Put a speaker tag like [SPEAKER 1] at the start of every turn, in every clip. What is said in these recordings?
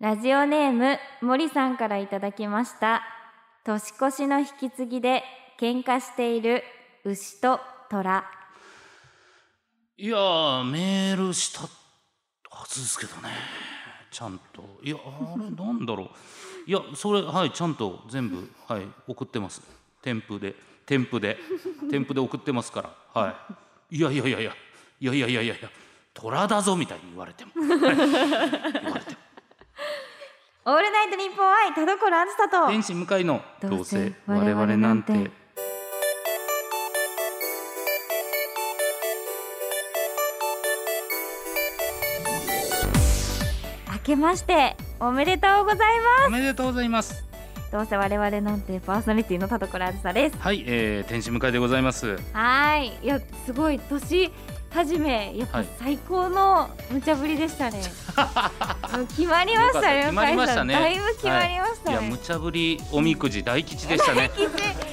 [SPEAKER 1] ラジオネーム森さんからいただきました年越しの引き継ぎで喧嘩している牛と虎
[SPEAKER 2] いやーメールしたはずですけどねちゃんといや あれなんだろういやそれはいちゃんと全部はい送ってます添付で添付で添付で送ってますからはいいやいやいやいやいやいやいやいやいや虎だぞみたいに言われ ても、はい言われても
[SPEAKER 1] オールナイトニッポン愛田所あずさと
[SPEAKER 2] 天使向かいの
[SPEAKER 1] ど
[SPEAKER 2] ど
[SPEAKER 1] う
[SPEAKER 2] う
[SPEAKER 1] せ
[SPEAKER 2] せ
[SPEAKER 1] 我
[SPEAKER 2] 我
[SPEAKER 1] 々
[SPEAKER 2] 々
[SPEAKER 1] な
[SPEAKER 2] なんん
[SPEAKER 1] て
[SPEAKER 2] て
[SPEAKER 1] 明けましておめでとうございま
[SPEAKER 2] おめでとうございます
[SPEAKER 1] すどうせ我々なんてパーソナリティの田所あずさです
[SPEAKER 2] はい、えー、天使向かいでございます
[SPEAKER 1] はーいいやすごい年始めやっぱ
[SPEAKER 2] はい
[SPEAKER 1] 最高の無茶ぶりでした ね、もう決まりましたね
[SPEAKER 2] よかった決まりま
[SPEAKER 1] 向井
[SPEAKER 2] したね
[SPEAKER 1] さんだいぶ決まりました
[SPEAKER 2] い
[SPEAKER 1] ね、
[SPEAKER 2] や無茶ぶりおみくじ大吉でしたね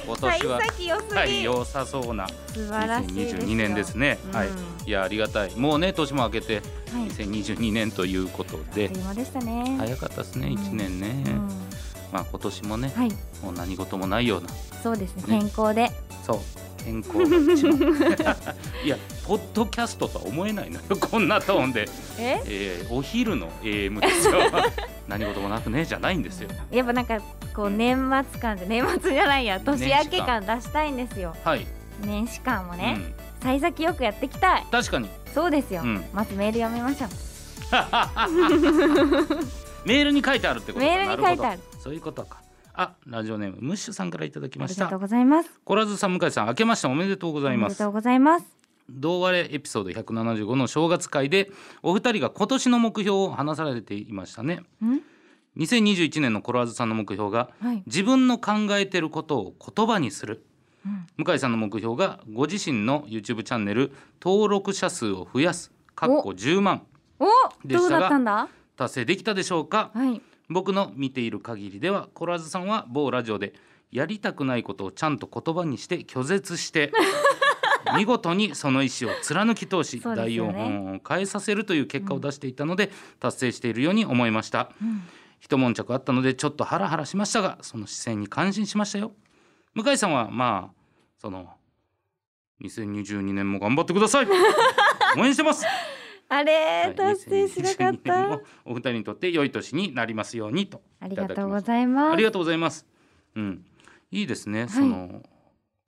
[SPEAKER 2] 今年は
[SPEAKER 1] 幸先良すぎ、
[SPEAKER 2] はい良さそうな
[SPEAKER 1] 素晴らしいですよ
[SPEAKER 2] 2022年ですね、
[SPEAKER 1] うん
[SPEAKER 2] はいいやありがたいもうね年も明けて
[SPEAKER 1] はい
[SPEAKER 2] 2022年ということ
[SPEAKER 1] あっ
[SPEAKER 2] で
[SPEAKER 1] という間でしたね、
[SPEAKER 2] 早かったですね
[SPEAKER 1] うん
[SPEAKER 2] 1年ね、
[SPEAKER 1] うん
[SPEAKER 2] まあ今年もね
[SPEAKER 1] はい
[SPEAKER 2] もう何事もないような
[SPEAKER 1] そうですね
[SPEAKER 2] ね
[SPEAKER 1] 健康で
[SPEAKER 2] そう健康が一番 いやポッドキャストとは思えないのよ こんなトーンで、
[SPEAKER 1] え
[SPEAKER 2] えーお昼の AM ですよ 何事もなくねじゃないんですよ
[SPEAKER 1] やっぱなんかこう
[SPEAKER 2] うん
[SPEAKER 1] 年末感で年末じゃないや年明け感
[SPEAKER 2] 年
[SPEAKER 1] 出したいんですよ
[SPEAKER 2] はい、
[SPEAKER 1] 年始感も
[SPEAKER 2] う
[SPEAKER 1] ね、
[SPEAKER 2] ん、
[SPEAKER 1] 幸先よくやっていきたい
[SPEAKER 2] 確かに
[SPEAKER 1] そうですよ、
[SPEAKER 2] うん
[SPEAKER 1] まずメール読みましょう
[SPEAKER 2] メールに書いてあるってことか
[SPEAKER 1] メールに書いてある
[SPEAKER 2] なほどそういうことかあラジオネームムッシュさんからいただき
[SPEAKER 1] あ
[SPEAKER 2] ま
[SPEAKER 1] り
[SPEAKER 2] し
[SPEAKER 1] がとう
[SPEAKER 2] た
[SPEAKER 1] ございます
[SPEAKER 2] コラズさん向井さん明けましておめでとうご
[SPEAKER 1] お
[SPEAKER 2] ざい
[SPEAKER 1] め
[SPEAKER 2] ま
[SPEAKER 1] ですとうございます
[SPEAKER 2] 同割れエピソード175の正月会でお二人が今年の目標を話されていましたね
[SPEAKER 1] ん
[SPEAKER 2] 2021年のコラーズさんの目標が
[SPEAKER 1] はい、
[SPEAKER 2] 自分の考えてることを言葉にする
[SPEAKER 1] うん
[SPEAKER 2] 向井さんの目標がご自身の YouTube チャンネル登録者数を増やすかっこ10万
[SPEAKER 1] お
[SPEAKER 2] でした
[SPEAKER 1] どう
[SPEAKER 2] が
[SPEAKER 1] だったんだ
[SPEAKER 2] 達成できたでしょうか
[SPEAKER 1] はい
[SPEAKER 2] 僕の見ている限りではコラーズさんは某ラジオでやりたくないことをちゃんと言葉にして拒絶して 見事にその意思を貫き通し、
[SPEAKER 1] そうです
[SPEAKER 2] 第
[SPEAKER 1] よね
[SPEAKER 2] 4本を変えさせるという結果を出していたので、達成しているように思いました、一悶着あったのでちょっとハラハラしましたがその視線に感心しましたよ向井さんはまあその2022年も頑張ってく ださい応援してます
[SPEAKER 1] あれー
[SPEAKER 2] はい
[SPEAKER 1] 達成しなかっ
[SPEAKER 2] 2022年
[SPEAKER 1] た
[SPEAKER 2] もお二人にとって良い年になりますようにと
[SPEAKER 1] あ
[SPEAKER 2] い
[SPEAKER 1] り
[SPEAKER 2] た
[SPEAKER 1] が
[SPEAKER 2] だき
[SPEAKER 1] とう
[SPEAKER 2] ま
[SPEAKER 1] ご
[SPEAKER 2] す
[SPEAKER 1] ざいま
[SPEAKER 2] あ
[SPEAKER 1] す
[SPEAKER 2] りがとうございます。うん、いいですね。その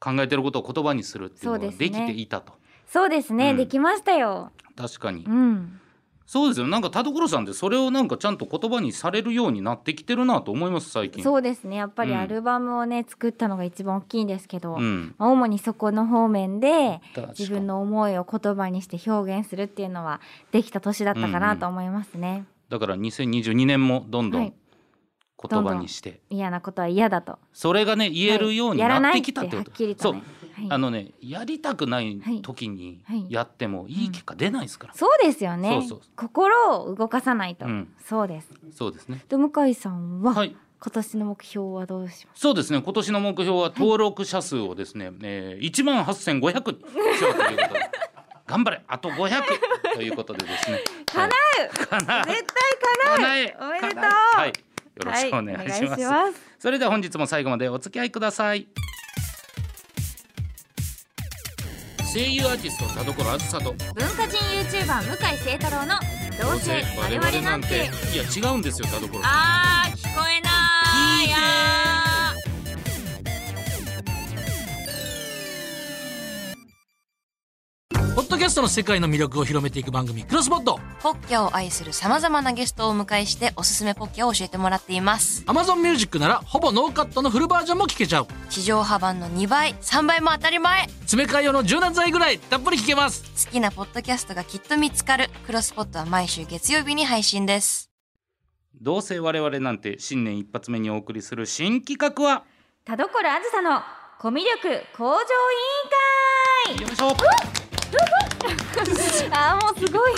[SPEAKER 2] 考えてることを言葉にするっていうの
[SPEAKER 1] そう
[SPEAKER 2] が
[SPEAKER 1] ですね
[SPEAKER 2] できていたと。
[SPEAKER 1] そうですね、
[SPEAKER 2] うん
[SPEAKER 1] できましたよ
[SPEAKER 2] 確かに
[SPEAKER 1] う。ん
[SPEAKER 2] そうですよ。なんか田所さんってそれをなんかちゃんと言葉にされるようになってきてるなと思います最近。う。
[SPEAKER 1] そうですねやっぱり
[SPEAKER 2] うん
[SPEAKER 1] アルバムをね作ったのが一番大きいんですけど、
[SPEAKER 2] ん。
[SPEAKER 1] まあ主にそこの方面で
[SPEAKER 2] 確か
[SPEAKER 1] 自分の思いを言葉にして表現するっていうのはできた年だったかなと思いますね、
[SPEAKER 2] だから2022年もどんど
[SPEAKER 1] はい
[SPEAKER 2] ん言葉にして、
[SPEAKER 1] 嫌なことは嫌だと
[SPEAKER 2] それがね言えるように
[SPEAKER 1] はいやら
[SPEAKER 2] な
[SPEAKER 1] な
[SPEAKER 2] って
[SPEAKER 1] いって
[SPEAKER 2] きたって
[SPEAKER 1] は
[SPEAKER 2] こ
[SPEAKER 1] っ
[SPEAKER 2] と。
[SPEAKER 1] きり
[SPEAKER 2] そ
[SPEAKER 1] と
[SPEAKER 2] う
[SPEAKER 1] ね。はい
[SPEAKER 2] あのねやりたくない
[SPEAKER 1] はい
[SPEAKER 2] 時に
[SPEAKER 1] はい
[SPEAKER 2] やってもいい結果出ないですから。
[SPEAKER 1] そうですよね
[SPEAKER 2] そうそうそ
[SPEAKER 1] 心を動かさないと、
[SPEAKER 2] うん
[SPEAKER 1] そうです
[SPEAKER 2] そうですね。
[SPEAKER 1] で向井さんは、
[SPEAKER 2] はい。
[SPEAKER 1] 今年の目標はどうしま
[SPEAKER 2] そうですね今年の目標は登録者数をですね、えー、1万8500にしようということで頑張れあと500ということでですね
[SPEAKER 1] 叶
[SPEAKER 2] う叶う
[SPEAKER 1] す絶対
[SPEAKER 2] 叶え
[SPEAKER 1] おめでとう
[SPEAKER 2] 叶えはいよろしくお願いします,、
[SPEAKER 1] はいお願いします
[SPEAKER 2] それでは本日も最後までお付き合いください声優アーティスト田所あずさと
[SPEAKER 1] 文化人 YouTuber 向井聖太郎のど
[SPEAKER 2] いや違うんですよ田所さん
[SPEAKER 1] あー聞こえな
[SPEAKER 2] 聞いてー
[SPEAKER 1] あー
[SPEAKER 3] ポッドキャストの世界の魅力を広めていく番組、クロスボット
[SPEAKER 4] ポッキャを愛する様々なゲストをお迎えしておすすめポッキャを教えてもらっています。
[SPEAKER 3] !Amazon Music なら、ほぼノーカットのフルバージョンも聞けちゃう。
[SPEAKER 4] 地上波版の2倍、3倍も当たり前好
[SPEAKER 3] 詰め替え用の柔軟剤ぐらい、たっぷり聞けます
[SPEAKER 4] きなポッドキャストがきっと見つかる。クロスポットは毎週月曜日に配信です。
[SPEAKER 2] どうせ我々なんて新年一発目にお送りする新企画は
[SPEAKER 1] 田所あずさのコミュ力向上委員
[SPEAKER 2] よいしょ
[SPEAKER 1] 会あーもうすごい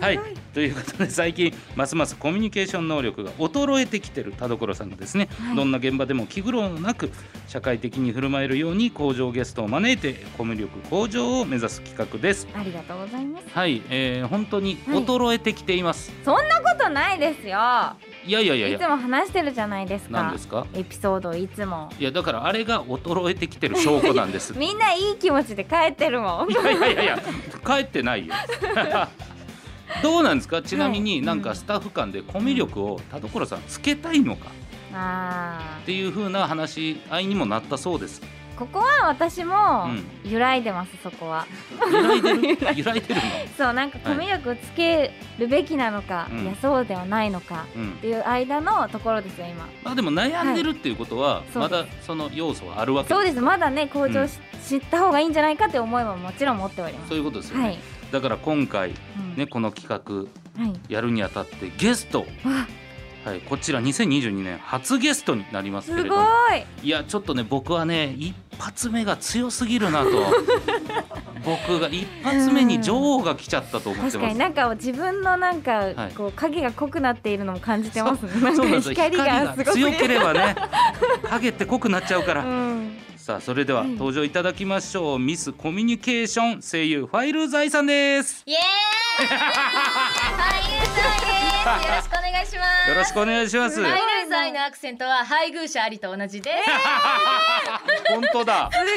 [SPEAKER 2] はい、ということで最近ますますコミュニケーション能力が衰えてきてる田所さんがですね、
[SPEAKER 1] はい
[SPEAKER 2] どんな現場でも気苦労なく社会的に振る舞えるように向上ゲストを招いてコミュ力向上を目指す企画です。
[SPEAKER 1] ありがとうございます
[SPEAKER 2] はい、えー本当に
[SPEAKER 1] はい
[SPEAKER 2] 衰えてきています。
[SPEAKER 1] そんなことないですよ
[SPEAKER 2] い、やいやいやい
[SPEAKER 1] いつ
[SPEAKER 2] や、
[SPEAKER 1] も話してるじゃないです
[SPEAKER 2] なん
[SPEAKER 1] か
[SPEAKER 2] ですか。
[SPEAKER 1] エピソードをいつも
[SPEAKER 2] いやだからあれが衰えてきてる証拠な んです。い
[SPEAKER 1] みんないい気持ちで帰ってるもん
[SPEAKER 2] やいやいやいや、帰ってな いよ。どうなんですか。ちなみ
[SPEAKER 1] はい
[SPEAKER 2] になんかスタッフ間でコミュ力を田所さんつけたいのか。
[SPEAKER 1] あ
[SPEAKER 2] っていう風な話し合いにもなったそ うです。
[SPEAKER 1] ーここは私も
[SPEAKER 2] う
[SPEAKER 1] 揺らいでますそこは
[SPEAKER 2] 揺らいでる 揺らいでるの。
[SPEAKER 1] そうなんかコミュ力をつけるべきなのか、
[SPEAKER 2] うん
[SPEAKER 1] いやそうではないのか
[SPEAKER 2] うん
[SPEAKER 1] っ。ていう間のところですよ今
[SPEAKER 2] まあでも悩んでるっていうことは、
[SPEAKER 1] い
[SPEAKER 2] まだその要素はあるわけ。
[SPEAKER 1] そうですまだね向上し,、た方がいいんじゃないかって思いももちろん持っております
[SPEAKER 2] そういうことですよね。
[SPEAKER 1] はい、
[SPEAKER 2] だから今回
[SPEAKER 1] うん
[SPEAKER 2] ねこの企
[SPEAKER 1] はい
[SPEAKER 2] 画やるにあたってゲストを
[SPEAKER 1] わ
[SPEAKER 2] はいこちら2022年初ゲストになりますけ
[SPEAKER 1] す
[SPEAKER 2] れ
[SPEAKER 1] ご
[SPEAKER 2] ども。
[SPEAKER 1] い
[SPEAKER 2] いやちょっとね僕はね一発目が強すぎるなと 僕が一発目に女王が来ちゃったと思って
[SPEAKER 1] 確
[SPEAKER 2] ま
[SPEAKER 1] か
[SPEAKER 2] す
[SPEAKER 1] に。なんか自分のなんか、
[SPEAKER 2] はい
[SPEAKER 1] こう影が濃くなっているのも感じてますねなん
[SPEAKER 2] そうなん
[SPEAKER 1] か
[SPEAKER 2] ですよ
[SPEAKER 1] 光がすごすぎ
[SPEAKER 2] 強
[SPEAKER 1] る
[SPEAKER 2] ければね影って濃くなっちゃうから、
[SPEAKER 1] うん、
[SPEAKER 2] さあそれでは
[SPEAKER 1] はい
[SPEAKER 2] 登場いただきましょう、ミスコミュニケーション声優ファイル財産です
[SPEAKER 5] イ エーイ俳優さんですよろしくお願いします
[SPEAKER 2] よろしくお願いします、
[SPEAKER 5] ハイルさんのアクセントは配偶者ありと同じです、
[SPEAKER 2] 本当だ
[SPEAKER 1] すごい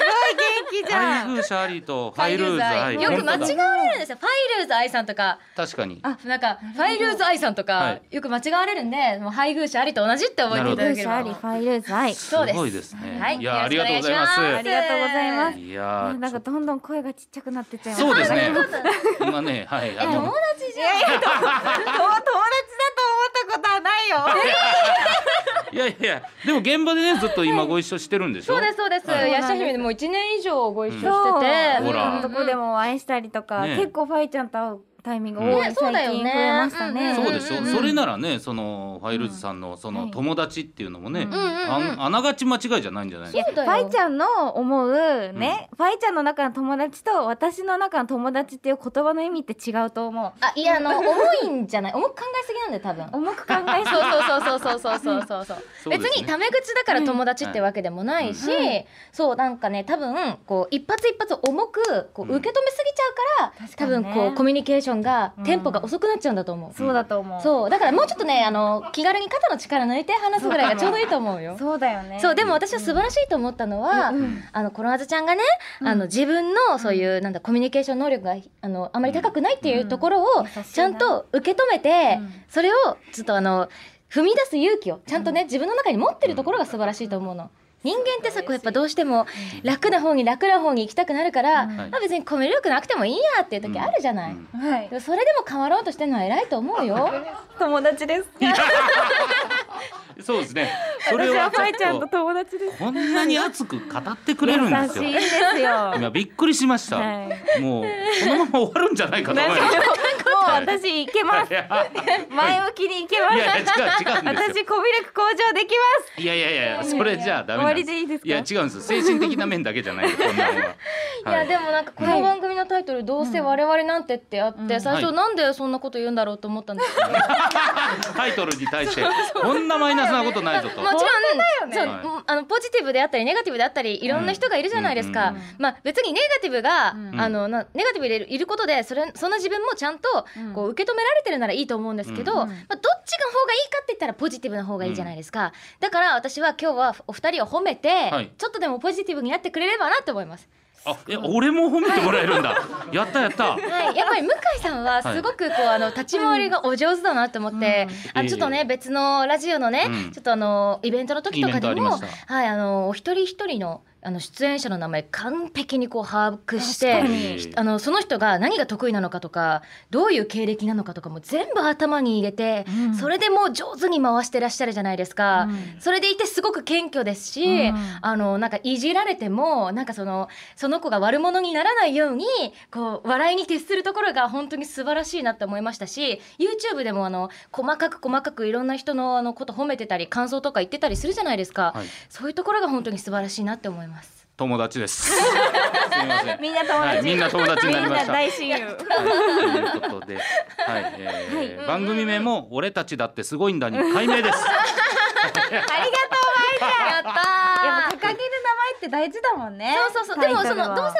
[SPEAKER 1] 元気じゃ
[SPEAKER 2] 配
[SPEAKER 1] ん
[SPEAKER 2] 偶者ありとファイルーザ
[SPEAKER 5] よく間違
[SPEAKER 2] う
[SPEAKER 5] われるんですよファイルーズ愛さんとか
[SPEAKER 2] 確かに
[SPEAKER 5] なんかファイルーズ愛さんとか、
[SPEAKER 2] はい
[SPEAKER 5] よく間違われるんでもう配偶者ありと同じって覚えていただ
[SPEAKER 1] 風
[SPEAKER 5] けれ
[SPEAKER 1] 車あ
[SPEAKER 5] ば
[SPEAKER 1] りファイルーズ愛
[SPEAKER 5] そうです
[SPEAKER 2] すごいですね、、
[SPEAKER 5] はいい
[SPEAKER 2] やあり
[SPEAKER 5] よ
[SPEAKER 2] が
[SPEAKER 5] ろ
[SPEAKER 2] とうご
[SPEAKER 5] しく
[SPEAKER 2] ざいます
[SPEAKER 5] お願
[SPEAKER 1] ありがとうございます
[SPEAKER 2] いやー
[SPEAKER 1] なんかどんどん声がちっちゃくなってっちゃいます
[SPEAKER 2] そうですね
[SPEAKER 5] そうだ
[SPEAKER 2] 今ねはいあ
[SPEAKER 5] 友
[SPEAKER 2] の
[SPEAKER 5] 達じゃん
[SPEAKER 1] 友達だと思ったことはないよ
[SPEAKER 2] いやいやでも現場でねずっと今ご一緒してるんでしょ
[SPEAKER 5] そうですそうです、
[SPEAKER 2] はい
[SPEAKER 5] ヤシャ姫でもう一年以上ご一緒してて、
[SPEAKER 1] そう
[SPEAKER 2] ほら
[SPEAKER 1] どこでもお会いしたりとか、
[SPEAKER 2] ね
[SPEAKER 1] 結構ファイちゃんと会うタイミング多い、
[SPEAKER 5] ねそうだ
[SPEAKER 1] 最近
[SPEAKER 5] よね
[SPEAKER 1] 増えましたね。
[SPEAKER 5] ん
[SPEAKER 2] そうでしょ、
[SPEAKER 5] うんうんうん
[SPEAKER 2] それならねそのファイルズさんのそ
[SPEAKER 1] は
[SPEAKER 2] の
[SPEAKER 1] い
[SPEAKER 2] 友達っていうのもね、
[SPEAKER 1] うん
[SPEAKER 5] うんうんうん
[SPEAKER 2] あんあながち間違いじゃないんじゃない
[SPEAKER 5] そうだよ
[SPEAKER 1] ファイちゃんの思うね、ファイちゃんの中の友達と私の中の友達っていう言葉の意味って違うと思
[SPEAKER 5] あいやあの重いんじゃない重く考えすぎなんで多分
[SPEAKER 1] う重く考え
[SPEAKER 5] そう
[SPEAKER 1] そう
[SPEAKER 5] そうそうそうそうそうそうそう
[SPEAKER 2] そうですね
[SPEAKER 5] 別にタメ口だから友達ってわけでもないし、そうなんかね多分こう一発一発重くこう
[SPEAKER 2] うん
[SPEAKER 5] 受け止めすぎちゃうから、
[SPEAKER 1] 確か
[SPEAKER 5] 多
[SPEAKER 1] にね
[SPEAKER 5] 分こうコミュニケーションが、
[SPEAKER 1] うん
[SPEAKER 5] テンポが遅くなっちゃうんだと思う。
[SPEAKER 1] そうだと思う
[SPEAKER 5] そうだからもうちょっとねあの気軽に肩の力抜いて話すぐらいがちょうどいいと思うよ。
[SPEAKER 1] そうだよね
[SPEAKER 5] そうでも私は素晴らしいと思ったのは、
[SPEAKER 1] うん
[SPEAKER 5] あのコロナズちゃんがね、
[SPEAKER 1] うん
[SPEAKER 5] あの自分のそういうなんだコミュニケーション能力があのあまり高くないっていうところ
[SPEAKER 1] う
[SPEAKER 5] を
[SPEAKER 1] ん優しいな
[SPEAKER 5] ちゃんと受け止めて、
[SPEAKER 1] うん
[SPEAKER 5] それをちょっとあの踏み出す勇気をちゃんとね、自分の中に持ってるところが素晴らしいと思うの。人間ってさこうやっぱどうしても楽な方に楽な方に行きたくなるから、
[SPEAKER 1] うん
[SPEAKER 2] はい
[SPEAKER 5] まあ、別にコミュ力なくてもいいやっていう時あるじゃない、
[SPEAKER 2] うん
[SPEAKER 1] はい
[SPEAKER 5] でもそれでも変わろうとしてるのは偉いと思うよ
[SPEAKER 1] 友達です
[SPEAKER 2] そうですねそれ
[SPEAKER 1] 私
[SPEAKER 2] は
[SPEAKER 1] はファイ
[SPEAKER 2] ち
[SPEAKER 1] ちゃん
[SPEAKER 2] ょ
[SPEAKER 1] と
[SPEAKER 2] っと
[SPEAKER 1] 友達です
[SPEAKER 2] こんなに熱く語ってく
[SPEAKER 1] 優
[SPEAKER 2] れるん
[SPEAKER 1] し
[SPEAKER 2] です
[SPEAKER 1] いん
[SPEAKER 2] よ
[SPEAKER 1] ですよ
[SPEAKER 2] 今びっくりしました、
[SPEAKER 1] はい
[SPEAKER 2] もうこのまま終わるんじゃないかと思いまし
[SPEAKER 1] もう
[SPEAKER 2] はい
[SPEAKER 1] 私いけます
[SPEAKER 2] たいや
[SPEAKER 1] 前向きにいけます
[SPEAKER 2] いやいや違う違う
[SPEAKER 1] 私
[SPEAKER 2] んです
[SPEAKER 1] コミュ力向上できます
[SPEAKER 2] いやいやいやそれじゃあダメなん
[SPEAKER 1] 終わりでいいですか
[SPEAKER 2] いや違うんです精神的な面だけじゃないこんなのは、
[SPEAKER 5] いや
[SPEAKER 2] はい、
[SPEAKER 5] でもなんかこの番組のタイトル「どうせ我々なんて」ってあって、
[SPEAKER 1] うん
[SPEAKER 5] 最
[SPEAKER 2] はい
[SPEAKER 5] 初なんでそんなこと言うんだろうと思ったんですけど、
[SPEAKER 2] タイトルに対してこんなマイナスなことないぞと
[SPEAKER 5] もちろん、
[SPEAKER 1] 本当だ
[SPEAKER 5] そ
[SPEAKER 1] よ
[SPEAKER 5] う、
[SPEAKER 2] ね
[SPEAKER 5] あのポジティブであったりネガティブであったりいろんな人がいるじゃないですか、
[SPEAKER 2] うん
[SPEAKER 1] うんうん
[SPEAKER 5] まあ別にネガティブが、
[SPEAKER 1] うん
[SPEAKER 5] あのなネガティブでいるいることでそれその自分もちゃんと
[SPEAKER 1] うん
[SPEAKER 5] こう受け止められてるならいいと思うんですけど、
[SPEAKER 1] うんうん
[SPEAKER 5] まあ、どっちの方がいいかって言ったらポジティブな方がいいじゃないですか、だから私は今日はお二人を褒めて、
[SPEAKER 2] はい
[SPEAKER 5] ちょっとでもポジティブになってくれればなって思います。
[SPEAKER 2] あえ俺も褒めてもらえるんだやったやった
[SPEAKER 5] はい、やっぱり向井さんはすごくこう、あの立ち回りがお上手だなと思って、
[SPEAKER 2] うん
[SPEAKER 5] あのちょっと
[SPEAKER 2] いえ
[SPEAKER 5] ね
[SPEAKER 2] いえ
[SPEAKER 5] 別のラジオのね、
[SPEAKER 2] うん
[SPEAKER 5] ちょっとあのイベントの時とかで
[SPEAKER 2] イベントあ
[SPEAKER 5] も
[SPEAKER 2] りまし
[SPEAKER 5] はいあのお一人一人のあの出演者の名前完璧にこう把握
[SPEAKER 1] 確
[SPEAKER 5] して
[SPEAKER 1] かに。
[SPEAKER 5] あのその人が何が得意なのかとかどういう経歴なのかとかも全部頭に入れて、
[SPEAKER 1] うん
[SPEAKER 5] それでもう上手に回してらっしゃるじゃないですか、
[SPEAKER 1] うん
[SPEAKER 5] それでいてすごく謙虚ですし、
[SPEAKER 1] うん
[SPEAKER 5] あのなんかいじられてもなんかそのその子が悪者にならないようにこう笑いに徹するところが本当に素晴らしいなって思いましたし YouTube でもあの細かく細かくいろんな人のあのこと褒めてたり感想とか言ってたりするじゃないですか、
[SPEAKER 2] はい
[SPEAKER 5] そういうところが本当に素晴らしいなって思います。
[SPEAKER 2] 友達 です。すみません。
[SPEAKER 1] みんな友達、
[SPEAKER 2] はい、みんな友達になりました。はい、
[SPEAKER 1] 大 親友
[SPEAKER 2] ということで、はい、えー番組名も俺たちだってすごいんだに解明 です。
[SPEAKER 5] やった
[SPEAKER 6] やっ
[SPEAKER 5] ー
[SPEAKER 6] ぱ掲げる名前って大事だもんね
[SPEAKER 5] そうそうそうでもその「どうせ我々なんん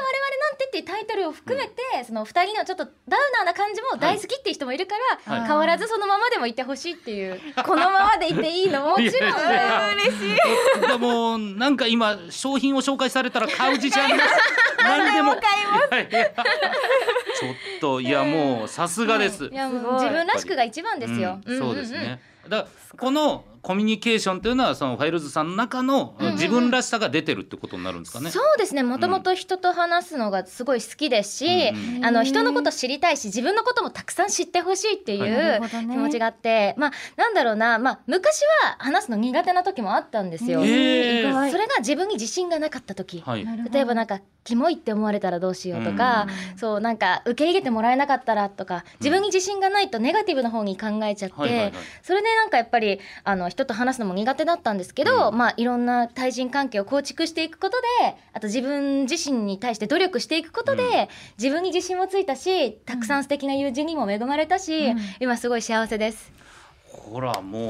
[SPEAKER 5] て」っていうタイトルを含めて、その二人のちょっとダウナーな感じも大好きっていう人もいるから、
[SPEAKER 2] はい
[SPEAKER 5] 変わらずそのままでもいてほしいっていう
[SPEAKER 6] このままでいていいの
[SPEAKER 2] いやいや
[SPEAKER 6] 嬉しい
[SPEAKER 2] でもなんか今商品を紹介されたら買う自信あり ます。何でも買います。いやいやちょっといやもうさすがです。
[SPEAKER 5] いやもう
[SPEAKER 1] すごい
[SPEAKER 5] 自分らしくが一番ですよ。
[SPEAKER 2] うん
[SPEAKER 5] んんん
[SPEAKER 2] そうですね。だからこのコミュニケーションというのはそのファイルズさんの中の
[SPEAKER 5] んうん
[SPEAKER 2] 自分らしさが出てるってことになるんですかね。
[SPEAKER 5] そうですねもともと人と話すのがすごい好きですし、
[SPEAKER 2] うん
[SPEAKER 5] あの人のこと知りたいし自分のこともたくさん知ってほしいってい
[SPEAKER 1] なる
[SPEAKER 5] う
[SPEAKER 1] ほどね
[SPEAKER 5] 気持ちがあって、まあなんだろうな、まあ、昔は話すの苦手な時もあったんですよ。
[SPEAKER 2] えー
[SPEAKER 1] 意外
[SPEAKER 5] それが自分に自信がなかった時、
[SPEAKER 2] はい。
[SPEAKER 5] 例えばなんかキモいって思われたらどうしようとか、そうなんか受け入れてもらえなかったらとか自分に自信がないとネガティブな方に考えちゃって、
[SPEAKER 2] はいはいはい。
[SPEAKER 5] それでなんかやっぱりあの人と話すのも苦手だったんですけど、
[SPEAKER 2] うん
[SPEAKER 5] まあいろんな対人関係を構築していくことであと自分自身に対して努力していくことで、
[SPEAKER 2] うん
[SPEAKER 5] 自分に自信もついたしたくさん素敵な友人にも恵まれたし、今すごい幸せです。
[SPEAKER 2] ほら も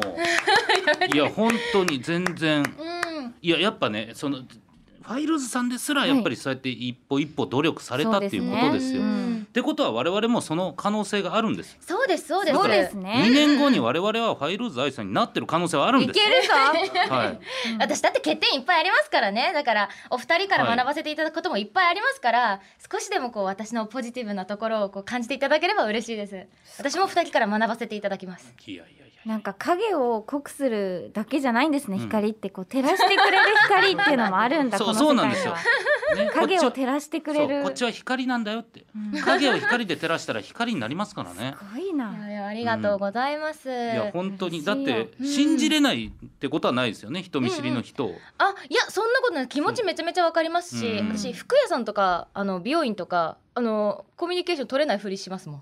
[SPEAKER 2] ういや本当に全然
[SPEAKER 5] うん、
[SPEAKER 2] いややっぱねそのファイルズさんですらやっぱりそうやって一歩一歩努力されたっていうことですよ。
[SPEAKER 1] う
[SPEAKER 2] っ
[SPEAKER 1] ん
[SPEAKER 2] てことは我々もその可能性があるんです。
[SPEAKER 5] そうですそうです
[SPEAKER 1] そうですね
[SPEAKER 2] 2年後に我々はファイルズ愛さんになってる可能性はあるんです。
[SPEAKER 1] るぞ
[SPEAKER 2] はい。
[SPEAKER 5] 私だって欠点いっぱいありますからねだからお二人から学ばせていただくこともいっぱいありますから、少しでもこう私のポジティブなところをこう感じていただければ嬉しいです私も二人から学ばせていただきます
[SPEAKER 2] いやいやいや。
[SPEAKER 1] なんか影を濃くするだけじゃないんですね、
[SPEAKER 2] うん
[SPEAKER 1] 光ってこう照らしてくれる光っていうのもあるん だ
[SPEAKER 2] そう
[SPEAKER 1] この世界
[SPEAKER 2] そうなんです
[SPEAKER 1] に
[SPEAKER 2] よ
[SPEAKER 1] は。
[SPEAKER 2] ね
[SPEAKER 1] 影
[SPEAKER 2] こ
[SPEAKER 1] を
[SPEAKER 2] っちは
[SPEAKER 1] 照らしてくれ
[SPEAKER 2] そう
[SPEAKER 1] る
[SPEAKER 2] こっち
[SPEAKER 1] す
[SPEAKER 2] は光なんだよって
[SPEAKER 1] うん
[SPEAKER 2] 影を光で照らしたら光になりま すからね
[SPEAKER 1] ごいない
[SPEAKER 5] やいやありがとうございます、
[SPEAKER 2] いや本当にだっ
[SPEAKER 1] 嬉しいよ
[SPEAKER 2] て信じれないってことはないですよね人見知りの人を
[SPEAKER 5] あいやそんなことない気持ちめちゃめちゃわかりますし、
[SPEAKER 2] うん
[SPEAKER 5] 私服屋さんとかあの美容院とかあのコミュニケーション取れないふりしますもん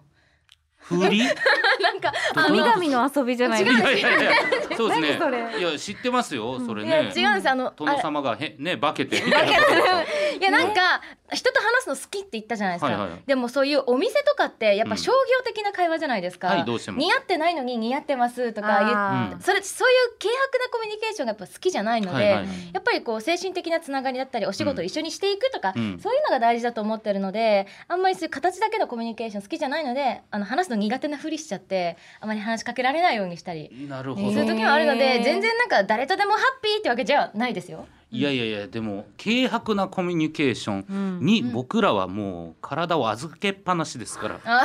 [SPEAKER 2] 振り
[SPEAKER 5] なんか
[SPEAKER 2] どう
[SPEAKER 1] 神
[SPEAKER 2] いう
[SPEAKER 1] 々
[SPEAKER 2] こと
[SPEAKER 1] の遊びじゃない
[SPEAKER 5] 違う
[SPEAKER 1] です
[SPEAKER 2] いやいやいやそうです
[SPEAKER 1] 何それ
[SPEAKER 2] ねいや知ってますよそれ
[SPEAKER 5] いや
[SPEAKER 2] ね
[SPEAKER 5] 違うんですあのあ
[SPEAKER 2] 殿様がへね化けてみたいなこと
[SPEAKER 5] いやなんか人と話すの好きって言ったじゃないです
[SPEAKER 2] は
[SPEAKER 5] か、
[SPEAKER 2] いはいはい
[SPEAKER 5] でもそういうお店とかってやっぱ商業的な会話じゃないですか、
[SPEAKER 2] うんはいどうしても
[SPEAKER 5] 似合ってないのに似合ってますとか
[SPEAKER 1] あ
[SPEAKER 2] う
[SPEAKER 5] 言
[SPEAKER 2] ん
[SPEAKER 5] うそれそういう軽薄なコミュニケーションがやっぱ好きじゃないので、
[SPEAKER 2] はいはい
[SPEAKER 5] やっぱりこう精神的なつながりだったりお仕事を一緒にしていくとか、
[SPEAKER 2] うん
[SPEAKER 5] そういうのが大事だと思ってるのであんまりそういう形だけのコミュニケーション好きじゃないのであの話すの苦手なふりしちゃってあまり話しかけられないようにしたり
[SPEAKER 2] なる
[SPEAKER 5] す
[SPEAKER 2] ほど
[SPEAKER 5] る時もあるの
[SPEAKER 1] へ
[SPEAKER 5] で
[SPEAKER 1] ー
[SPEAKER 5] 全然なんか誰とでもハッピーってわけじゃないですよ。
[SPEAKER 2] いやいやいやでも軽薄なコミュニケーション
[SPEAKER 1] うん、
[SPEAKER 2] に僕らはもう体を預けっぱなしですから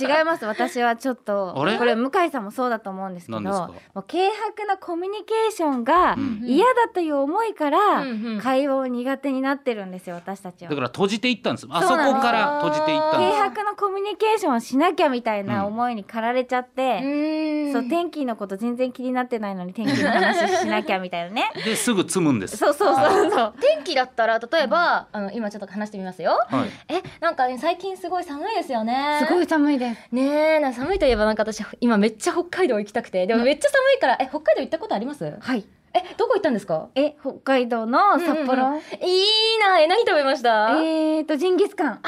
[SPEAKER 1] 違います私はちょっと
[SPEAKER 2] あれ
[SPEAKER 1] これ向井さんもそうだと思うんですけど
[SPEAKER 2] 何ですか
[SPEAKER 1] もう軽薄なコミュニケーションが
[SPEAKER 2] うん
[SPEAKER 1] 嫌だという思いから、
[SPEAKER 5] うんうん
[SPEAKER 1] 会話を苦手になってるんですよ私たちは
[SPEAKER 2] だ。から閉じていったんですあそ
[SPEAKER 1] そうなんです
[SPEAKER 2] こから閉じていったんです
[SPEAKER 1] 軽薄なコミュニケーションをしなきゃみたいな思いに駆られちゃって、
[SPEAKER 5] うん
[SPEAKER 1] そう天気のこと全然気になってないのに天気の話しなきゃみたいな ね
[SPEAKER 2] ですぐ積むんです。
[SPEAKER 1] そうそうそうそう
[SPEAKER 5] 天気だったら例えば、あの今ちょっと話してみますよ。
[SPEAKER 2] はい。
[SPEAKER 5] えなんか最近すごい寒いですよね。
[SPEAKER 6] すごい寒いです
[SPEAKER 5] ねえな寒いといえばなんか私今めっちゃ北海道行きたくてでもめっちゃ寒いからえ北海道行ったことあります？
[SPEAKER 1] はい
[SPEAKER 5] えどこ行ったんですか？
[SPEAKER 1] え北海道の札幌、
[SPEAKER 5] うんうんうんいいなえ何食べました？あいいで
[SPEAKER 1] えーとジンギスカン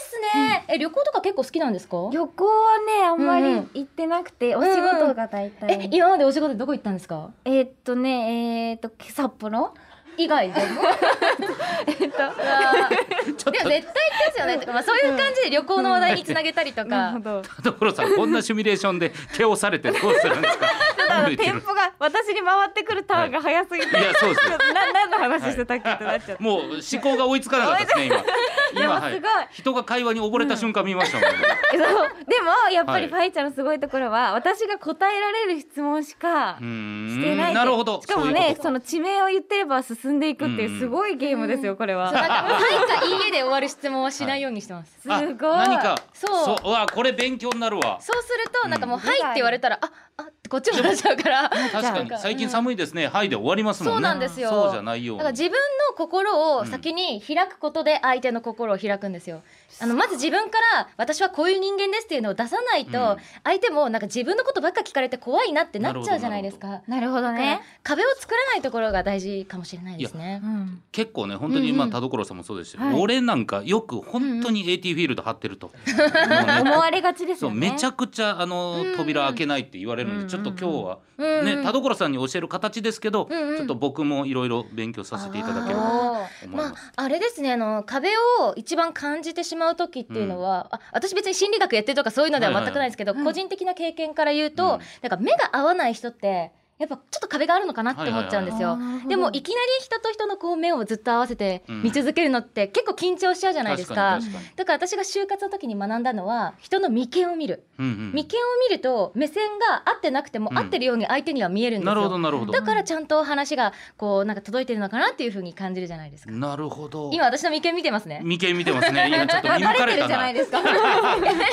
[SPEAKER 5] すね、え旅行とか結構好きなんですか？
[SPEAKER 1] 旅行はねあんまり
[SPEAKER 5] うんうん
[SPEAKER 1] 行ってなくて、
[SPEAKER 5] んうん
[SPEAKER 1] お仕事が大体、
[SPEAKER 5] え今までお仕事でどこ行ったんですか？
[SPEAKER 1] えーっとねえーっと札幌
[SPEAKER 5] 以外でも。 えっと、でも絶対ですよね。まあそういう感じで旅行の話題につなげたりとか。
[SPEAKER 1] ど
[SPEAKER 2] 所さんこんなシミュレーションで手を押されてどうするんですか。何を言って
[SPEAKER 1] テ
[SPEAKER 2] る
[SPEAKER 1] ンポが私に回ってくるターンが早 すぎて、
[SPEAKER 2] いやそうですよ。
[SPEAKER 1] な何の話してたっけってなっちゃった。
[SPEAKER 2] もう思考が追いつかなかったですね今。今は
[SPEAKER 1] でもす
[SPEAKER 2] い
[SPEAKER 1] ごい。
[SPEAKER 2] 人が会話に溺れた瞬間見ましたもんね。
[SPEAKER 1] そうでもやっぱ
[SPEAKER 2] は
[SPEAKER 1] り
[SPEAKER 2] い
[SPEAKER 1] ファイちゃんのすごいところは私が答えられる質問しか
[SPEAKER 2] うー
[SPEAKER 1] し
[SPEAKER 2] ん
[SPEAKER 1] てないって
[SPEAKER 2] なるほど。
[SPEAKER 1] しかも
[SPEAKER 2] そういう
[SPEAKER 1] ね
[SPEAKER 2] こと
[SPEAKER 1] その地名を言ってれば進んでいくって
[SPEAKER 2] うんう
[SPEAKER 1] い
[SPEAKER 2] ん
[SPEAKER 1] うすごいゲームですよこれ
[SPEAKER 5] そう
[SPEAKER 1] は。
[SPEAKER 5] なんかはいかいいえで終わる質問はしないようにしてます。
[SPEAKER 1] すごい
[SPEAKER 2] あ何か
[SPEAKER 5] そう
[SPEAKER 2] そううわこれ勉強になるわ。
[SPEAKER 5] そうするとなんかもう「
[SPEAKER 1] うん
[SPEAKER 5] はい」って言われたら「ああってこっちも出ちゃうから
[SPEAKER 2] 確かに最近寒いですね。はいで終わりますもんね。
[SPEAKER 5] そうなんですよ
[SPEAKER 2] そうじゃないよ
[SPEAKER 5] だから
[SPEAKER 2] うに。
[SPEAKER 5] 自分の心を先に開くことで相手の心を開くんですよあのまず自分から私はこういう人間ですっていうのを出さないと、
[SPEAKER 2] うん
[SPEAKER 5] 相手もなんか自分のことばっか聞かれて怖いなってなっちゃうじゃないですか。
[SPEAKER 6] なるほど
[SPEAKER 5] だから。壁を作らないところが大事かもしれないですね。
[SPEAKER 6] うん。
[SPEAKER 2] 結構ね本当に今、
[SPEAKER 5] うんうん
[SPEAKER 2] 田所さんもそうですし、
[SPEAKER 6] はい
[SPEAKER 2] 俺なんかよく本当に AT フィールド張ってると、もうね
[SPEAKER 1] 思われがちです
[SPEAKER 2] そ
[SPEAKER 1] よ
[SPEAKER 2] う
[SPEAKER 1] ね
[SPEAKER 2] めちゃくちゃあの
[SPEAKER 5] うんうん
[SPEAKER 2] 扉開けないって言われるので、
[SPEAKER 1] うん
[SPEAKER 2] ちょっと今日は、
[SPEAKER 5] うんうん
[SPEAKER 2] ね田所さんに教える形ですけど、
[SPEAKER 5] うんうん
[SPEAKER 2] ちょっと僕もいろいろ勉強させていただければと
[SPEAKER 5] あー
[SPEAKER 2] 思い
[SPEAKER 5] ま
[SPEAKER 2] ます。
[SPEAKER 5] あ、あれですねあの壁を一番感じてしまう時っていうのは、あ私別に心理学やってるとかそういうのでは全くないですけど、
[SPEAKER 6] はいはい
[SPEAKER 5] 個人的な経験から言うと、
[SPEAKER 2] うん
[SPEAKER 5] なんか目が合わない人ってやっぱちょっと壁があるのかなって思っちゃうんですよ。
[SPEAKER 6] はいはいはいはい
[SPEAKER 5] でもいきなり人と人のこう目をずっと合わせて見続けるのって結構緊張しちゃうじゃないですか。
[SPEAKER 2] 確かに確か
[SPEAKER 5] だから私が就活の時に学んだのは人の眉間を見る、
[SPEAKER 2] にうん
[SPEAKER 5] 眉間を見ると目線が合ってなくても
[SPEAKER 2] うん
[SPEAKER 5] 合ってるように相手には見える
[SPEAKER 2] うんん
[SPEAKER 5] で
[SPEAKER 2] な
[SPEAKER 5] すよ、
[SPEAKER 2] るほどなるほど。
[SPEAKER 5] だからちゃんと話がこうなんか届いてるのかなっていうふうに感じるじゃないですか
[SPEAKER 2] なるほど。
[SPEAKER 5] 今私の眉間見てますね
[SPEAKER 2] 眉間見てますね。今ちょっ と見抜かれたな。
[SPEAKER 6] ですか。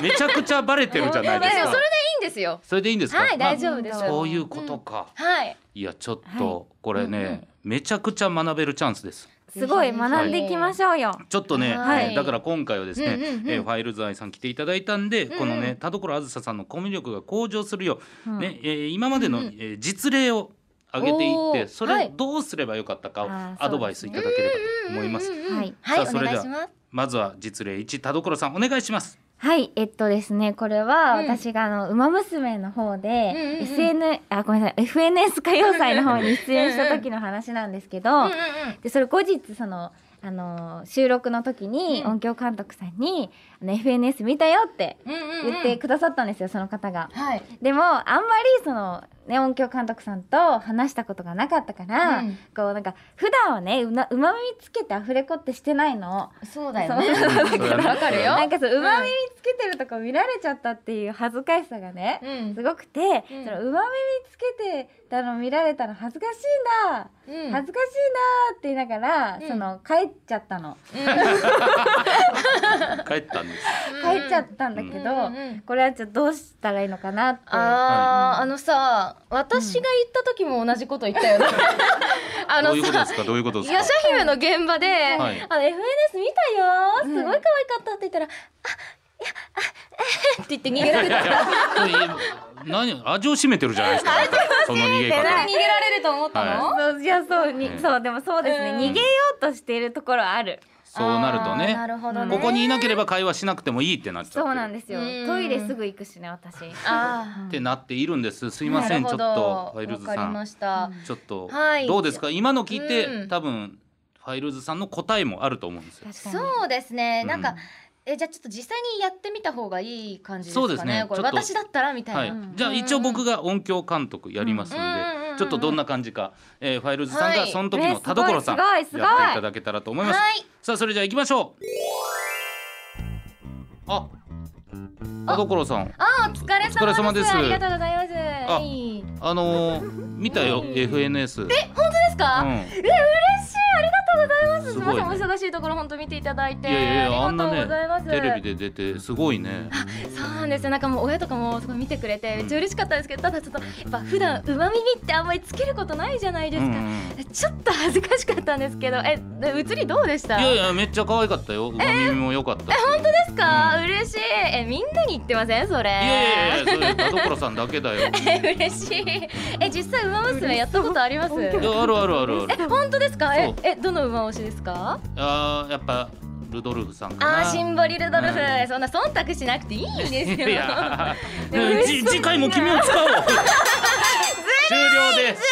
[SPEAKER 2] めちゃくちゃバレてるじゃないです
[SPEAKER 5] でも
[SPEAKER 2] か
[SPEAKER 5] それ。でいいんですよ
[SPEAKER 2] それでいいんですか。
[SPEAKER 5] はい
[SPEAKER 2] まあ
[SPEAKER 5] 大丈夫です
[SPEAKER 2] そういうことか。
[SPEAKER 5] はい
[SPEAKER 2] いやちょっ
[SPEAKER 1] は
[SPEAKER 2] とこれね、めちゃくちゃ学べるチャンスです。
[SPEAKER 1] すごい学んでいきましょうよ、
[SPEAKER 2] ちょっとね、
[SPEAKER 5] はい
[SPEAKER 2] えーだから今回はですね、
[SPEAKER 5] うんうんうん
[SPEAKER 2] えーファイルズアイさん来ていただいたんで、
[SPEAKER 5] んうん
[SPEAKER 2] このね田所あずささんのコミュ力が向上するよう、
[SPEAKER 1] うん
[SPEAKER 2] ねえー今までの、
[SPEAKER 5] うんう
[SPEAKER 2] えー実例を挙げてい
[SPEAKER 5] お
[SPEAKER 2] って
[SPEAKER 5] ー
[SPEAKER 2] それ
[SPEAKER 5] は
[SPEAKER 2] を
[SPEAKER 5] い
[SPEAKER 2] どうすればよかったかを
[SPEAKER 1] あー
[SPEAKER 2] アドバイスいただければと思います。
[SPEAKER 5] うんうんうん
[SPEAKER 1] はい
[SPEAKER 5] はい、
[SPEAKER 2] さあ
[SPEAKER 5] お
[SPEAKER 2] それで
[SPEAKER 5] 願い
[SPEAKER 2] は
[SPEAKER 5] します
[SPEAKER 2] まずは実例1田所さんお願いし ます。
[SPEAKER 1] はいえっとですねこれは
[SPEAKER 5] うん
[SPEAKER 1] 私があの「ウマ娘」の方で、
[SPEAKER 5] うんうんうん
[SPEAKER 1] SN あごめんなさい FNS 歌謡祭の方に出演した時の話なんですけど、
[SPEAKER 5] うんうんうん
[SPEAKER 1] でそれ後日そのあの収録の時に
[SPEAKER 5] うん
[SPEAKER 1] 音響監督さんに「あの FNS 見たよ」って
[SPEAKER 5] うんうん
[SPEAKER 1] 言ってくださったんですよその方が。
[SPEAKER 5] はい、
[SPEAKER 1] でもあんまりその、ね、音響監督さんと話したことがなかったから、
[SPEAKER 5] うん
[SPEAKER 1] こうなんか普段はねうまうまみつけてアフレコってしてないの。
[SPEAKER 5] そうだよね
[SPEAKER 1] そう
[SPEAKER 2] それはね
[SPEAKER 5] わかるよ
[SPEAKER 1] なんかそううまみにつけてるとこ見られちゃったっていう恥ずかしさがね、
[SPEAKER 5] うん
[SPEAKER 1] すごくて、
[SPEAKER 5] うん
[SPEAKER 1] そのうまみにつけてたの見られたら恥ずかしいな、
[SPEAKER 5] うん
[SPEAKER 1] 恥ずかしいなって言いながら、
[SPEAKER 5] うん
[SPEAKER 1] その帰っちゃったの
[SPEAKER 2] 帰ったんです。
[SPEAKER 1] 帰っちゃったんだけど、
[SPEAKER 5] うんうんうん
[SPEAKER 1] これはちょっとどうしたらいいのかなって
[SPEAKER 5] あー、あのさ私が言った時も同じこと言ったよね、あ
[SPEAKER 2] ど
[SPEAKER 5] の
[SPEAKER 2] ういうことで
[SPEAKER 5] さ
[SPEAKER 2] すかどういうことです
[SPEAKER 5] ヤ
[SPEAKER 2] か
[SPEAKER 5] シ。ャ姫の現場で、
[SPEAKER 2] はい
[SPEAKER 5] あの FNS 見たよーすごい可愛かったって言ったら、あいやあえーって言って逃げられた
[SPEAKER 2] 何味を占めてるじゃないですか。その逃げ方。
[SPEAKER 5] 逃げられると思ったの、
[SPEAKER 1] そういやそうに、
[SPEAKER 2] ね
[SPEAKER 1] そうでもそうですね、
[SPEAKER 5] うん
[SPEAKER 1] 逃げようとしているところはある
[SPEAKER 2] そうなると
[SPEAKER 5] あーな
[SPEAKER 2] ね
[SPEAKER 5] るほどね
[SPEAKER 2] ここにいなければ会話しなくてもいいってなっちゃってる
[SPEAKER 1] そうなんですよ
[SPEAKER 5] うん
[SPEAKER 1] トイレすぐ行くしね私
[SPEAKER 5] あ
[SPEAKER 2] ってなっているんですす
[SPEAKER 5] す
[SPEAKER 2] いませんちょっとファイルズ
[SPEAKER 5] わか
[SPEAKER 2] さ
[SPEAKER 5] りま
[SPEAKER 2] ん
[SPEAKER 5] した、
[SPEAKER 2] ちょっと、
[SPEAKER 5] はい
[SPEAKER 2] どうですか今の聞いて、
[SPEAKER 5] うん
[SPEAKER 2] 多分ファイルズさんの答えもあると思うんですよ
[SPEAKER 1] 確かに
[SPEAKER 5] そうですねなん
[SPEAKER 2] う
[SPEAKER 5] か
[SPEAKER 2] ん
[SPEAKER 5] えじゃあちょっと実際にやってみた方がいい感じですかね
[SPEAKER 2] そうですね
[SPEAKER 5] これ
[SPEAKER 2] ちょっと
[SPEAKER 5] 私だったらみた
[SPEAKER 2] はいい
[SPEAKER 5] な、、
[SPEAKER 2] じゃあ一応僕が音響監督やりますんで、
[SPEAKER 5] うん
[SPEAKER 2] ちょっとどんな感じか、えーファイルズさんが
[SPEAKER 5] はい
[SPEAKER 2] その時の田所さん、
[SPEAKER 1] ね
[SPEAKER 2] やっ
[SPEAKER 1] す
[SPEAKER 2] て
[SPEAKER 1] ごいす
[SPEAKER 2] い
[SPEAKER 1] ごいすごい
[SPEAKER 2] ただけたらと思います、
[SPEAKER 5] はい
[SPEAKER 2] さあそれじゃあ行きましょうあ田所さん
[SPEAKER 5] あお疲れ様です
[SPEAKER 2] お疲れ様です
[SPEAKER 5] ありがとうございますはいい
[SPEAKER 2] あのー、見たよ FNS え
[SPEAKER 5] 本当ですか、
[SPEAKER 2] うん
[SPEAKER 5] え嬉しいありがとうございます。
[SPEAKER 2] す
[SPEAKER 5] す
[SPEAKER 2] ご
[SPEAKER 5] み
[SPEAKER 2] いね
[SPEAKER 5] ませんお忙しいところ本当見ていただいて
[SPEAKER 2] いやいやいや
[SPEAKER 5] あ
[SPEAKER 2] あ
[SPEAKER 5] り
[SPEAKER 2] ん
[SPEAKER 5] が
[SPEAKER 2] な
[SPEAKER 5] とうございま
[SPEAKER 2] ね
[SPEAKER 5] す。
[SPEAKER 2] テレビで出てすごいね
[SPEAKER 5] そうなんですよなんかもう親とかもすごい見てくれてめっちゃ嬉しかったんですけどただちょっとやっぱ普段うまみってあんまりつけることないじゃないです
[SPEAKER 2] うんうん
[SPEAKER 5] か。ちょっと恥ずかしかったんですけどえで映りどうでした？
[SPEAKER 2] いやい
[SPEAKER 5] で
[SPEAKER 2] やめっちゃ可愛かったよ。うまみも良かったし。本当です
[SPEAKER 5] か、嬉しいえみんなに言ってませんそれ？
[SPEAKER 2] いやいやいやそれ田所さんだけだ よ。い
[SPEAKER 5] 嬉しいえ実際馬娘やったことあります？え
[SPEAKER 2] やあるあるあるある。
[SPEAKER 5] 本当ですか？え
[SPEAKER 2] そう
[SPEAKER 5] えどの馬推しですか？
[SPEAKER 2] あーやっぱルドルフさんかな。
[SPEAKER 5] あーシンボリルドルフ、
[SPEAKER 2] う
[SPEAKER 5] そんな忖度しなくていいんですよ
[SPEAKER 2] い や
[SPEAKER 5] でも嬉し
[SPEAKER 2] じ次回も君を使おう。終了です。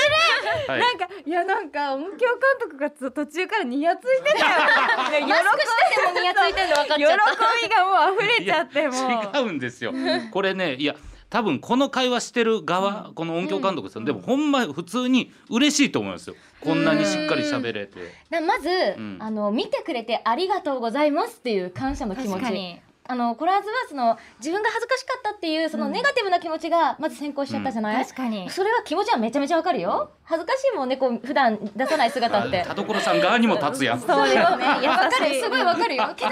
[SPEAKER 2] はい。
[SPEAKER 1] なんかいやなんか音響監督がつ途中からニヤついてたよ
[SPEAKER 5] マスクしててもニヤついてるの分かっ
[SPEAKER 1] 喜
[SPEAKER 5] ちゃった
[SPEAKER 1] びがもう溢れちゃってもう
[SPEAKER 2] 違うんですよ。これねいや。多分この会話してる側、この音響監督さん、でもほんま普通に嬉しいと思いますよこんなにしっかり喋れて
[SPEAKER 5] なまず、
[SPEAKER 2] ん
[SPEAKER 5] あの見てくれてありがとうございますっていう感謝の気持
[SPEAKER 1] 確か
[SPEAKER 5] ち
[SPEAKER 1] に
[SPEAKER 5] あのコラーズはその自分が恥ずかしかったっていうそのネガティブな気持ちがまず先行しちゃったじゃない、
[SPEAKER 1] 確かに
[SPEAKER 5] それは気持ちはめちゃめちゃわかるよ恥ずかしいもんねこう普段出さない姿って
[SPEAKER 2] 田所さん側にも立つやん
[SPEAKER 1] そうですね
[SPEAKER 5] いやわか
[SPEAKER 1] 優し
[SPEAKER 5] るすごいわかるよけど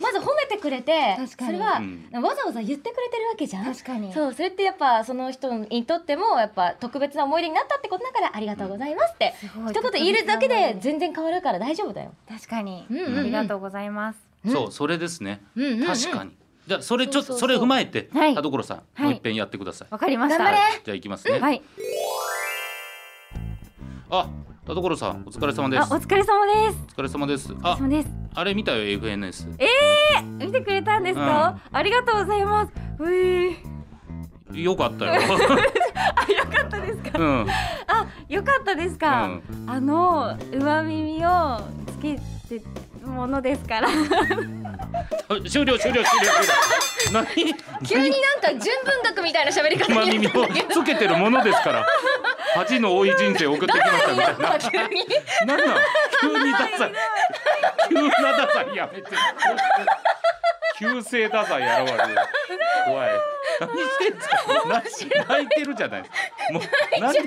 [SPEAKER 5] まず褒めてくれ
[SPEAKER 1] 確
[SPEAKER 5] て
[SPEAKER 1] かに
[SPEAKER 5] それは、
[SPEAKER 2] うん
[SPEAKER 5] わざわざ言ってくれてるわけじゃん
[SPEAKER 1] 確かに
[SPEAKER 5] そうそれってやっぱその人にとってもやっぱ特別な思い出になったってことだからありがとうございますって、
[SPEAKER 1] すごい
[SPEAKER 5] 一言言えるだけで全然変わるから大丈夫だよ。
[SPEAKER 1] 確かに
[SPEAKER 5] うんうんうん
[SPEAKER 1] ありがとうございます
[SPEAKER 5] ね
[SPEAKER 2] そうそれですね、
[SPEAKER 5] うんうんうん
[SPEAKER 2] 確かにじゃあそれちょっと
[SPEAKER 5] そ
[SPEAKER 2] そ
[SPEAKER 5] うそうそう
[SPEAKER 2] れ踏まえて、
[SPEAKER 1] はい
[SPEAKER 2] 田所さん、
[SPEAKER 1] はい
[SPEAKER 2] もう一遍やってください
[SPEAKER 1] わかりました
[SPEAKER 5] 頑張
[SPEAKER 2] じゃあ行きますね、
[SPEAKER 1] はい
[SPEAKER 2] あ田所さんお疲れ様で
[SPEAKER 1] あ
[SPEAKER 2] す
[SPEAKER 1] お
[SPEAKER 2] お
[SPEAKER 1] 疲れ様です
[SPEAKER 2] 疲れ様です
[SPEAKER 1] お疲れ
[SPEAKER 2] あ
[SPEAKER 1] 様です
[SPEAKER 2] あれ見たよ FNS
[SPEAKER 1] 見てくれたんですか、ありがとうございますうえー
[SPEAKER 2] よかったよ
[SPEAKER 1] あよかったですか
[SPEAKER 2] うん、うん、
[SPEAKER 1] あよかったですか、あの上耳をつけてものですから
[SPEAKER 2] 終了終了終了終了何
[SPEAKER 5] 急になんか純文学みたいな喋り方
[SPEAKER 2] 今
[SPEAKER 5] に
[SPEAKER 2] 耳
[SPEAKER 5] なった
[SPEAKER 2] を
[SPEAKER 5] んだけど
[SPEAKER 2] つけてるものですから恥の多い人生を送ってきましたみたいな
[SPEAKER 5] 急に
[SPEAKER 2] なんなん急にダサい急なダサいやめて急性ダサいやろわれる怖い何してんすかな泣いてるじゃないですかもうなんで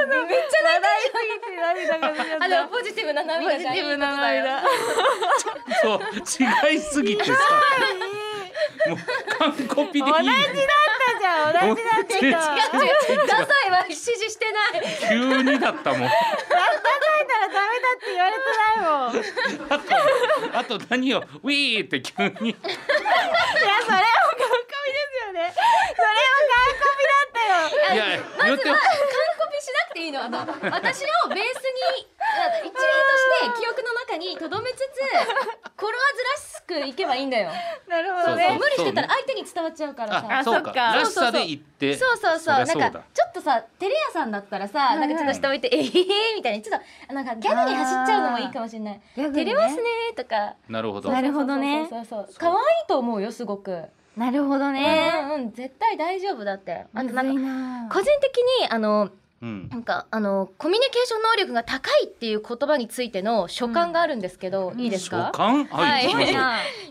[SPEAKER 5] めっちゃなんか
[SPEAKER 1] 涙が出ちゃった
[SPEAKER 5] あのポジティブな涙じゃんいいことだよ
[SPEAKER 2] そう違いすぎてさもう完コピでい
[SPEAKER 1] 同じ
[SPEAKER 2] い
[SPEAKER 1] だったじゃん同じだって人
[SPEAKER 2] 違う違う
[SPEAKER 1] 叩い
[SPEAKER 5] 違 う違うダサいは支持してない
[SPEAKER 2] 急にだった
[SPEAKER 1] たらダ
[SPEAKER 2] もん
[SPEAKER 1] メだって言われてないもんいや
[SPEAKER 2] あと 何をウィーって急に
[SPEAKER 1] それはカンコミですよねそれはカンコミだったよ
[SPEAKER 2] いや言って
[SPEAKER 5] 完コピしなくていいのあの私をベースにあ一例として記憶の中に留めつつコロワズらしくいけばいいんだよ
[SPEAKER 1] なる
[SPEAKER 2] ほ
[SPEAKER 1] ほ
[SPEAKER 2] ど
[SPEAKER 1] ど
[SPEAKER 2] ね
[SPEAKER 5] 無
[SPEAKER 1] ね
[SPEAKER 5] 理してたら相手に伝わっちゃうから
[SPEAKER 2] あ
[SPEAKER 5] さ
[SPEAKER 2] そう
[SPEAKER 1] そ
[SPEAKER 2] か
[SPEAKER 1] っから
[SPEAKER 2] しさで言って
[SPEAKER 5] そうそうそう
[SPEAKER 2] りゃ
[SPEAKER 5] な
[SPEAKER 2] だ
[SPEAKER 5] んかちょっとさテレ屋さんだったらさ、なんかちょっと下置いて「えへへ」みたいにちょっとなんかギャグに走っちゃうのもいいかもしれない「
[SPEAKER 1] ギャグね
[SPEAKER 5] 照れますね」とか
[SPEAKER 2] なるほど
[SPEAKER 1] なるほどね
[SPEAKER 5] そうそうそうそう可愛いと思うよすごく、
[SPEAKER 1] なるほど
[SPEAKER 5] う
[SPEAKER 1] ね
[SPEAKER 5] んうん絶対大丈夫だって
[SPEAKER 1] む
[SPEAKER 5] あと
[SPEAKER 1] ず
[SPEAKER 5] なん
[SPEAKER 1] い
[SPEAKER 5] か
[SPEAKER 1] な
[SPEAKER 5] 個人的にあの
[SPEAKER 2] うん
[SPEAKER 5] なんかあのコミュニケーション能力が高いっていう言葉についての所感があるんですけど、いいですか
[SPEAKER 2] 所感はい、
[SPEAKER 5] はい
[SPEAKER 2] 行きましょ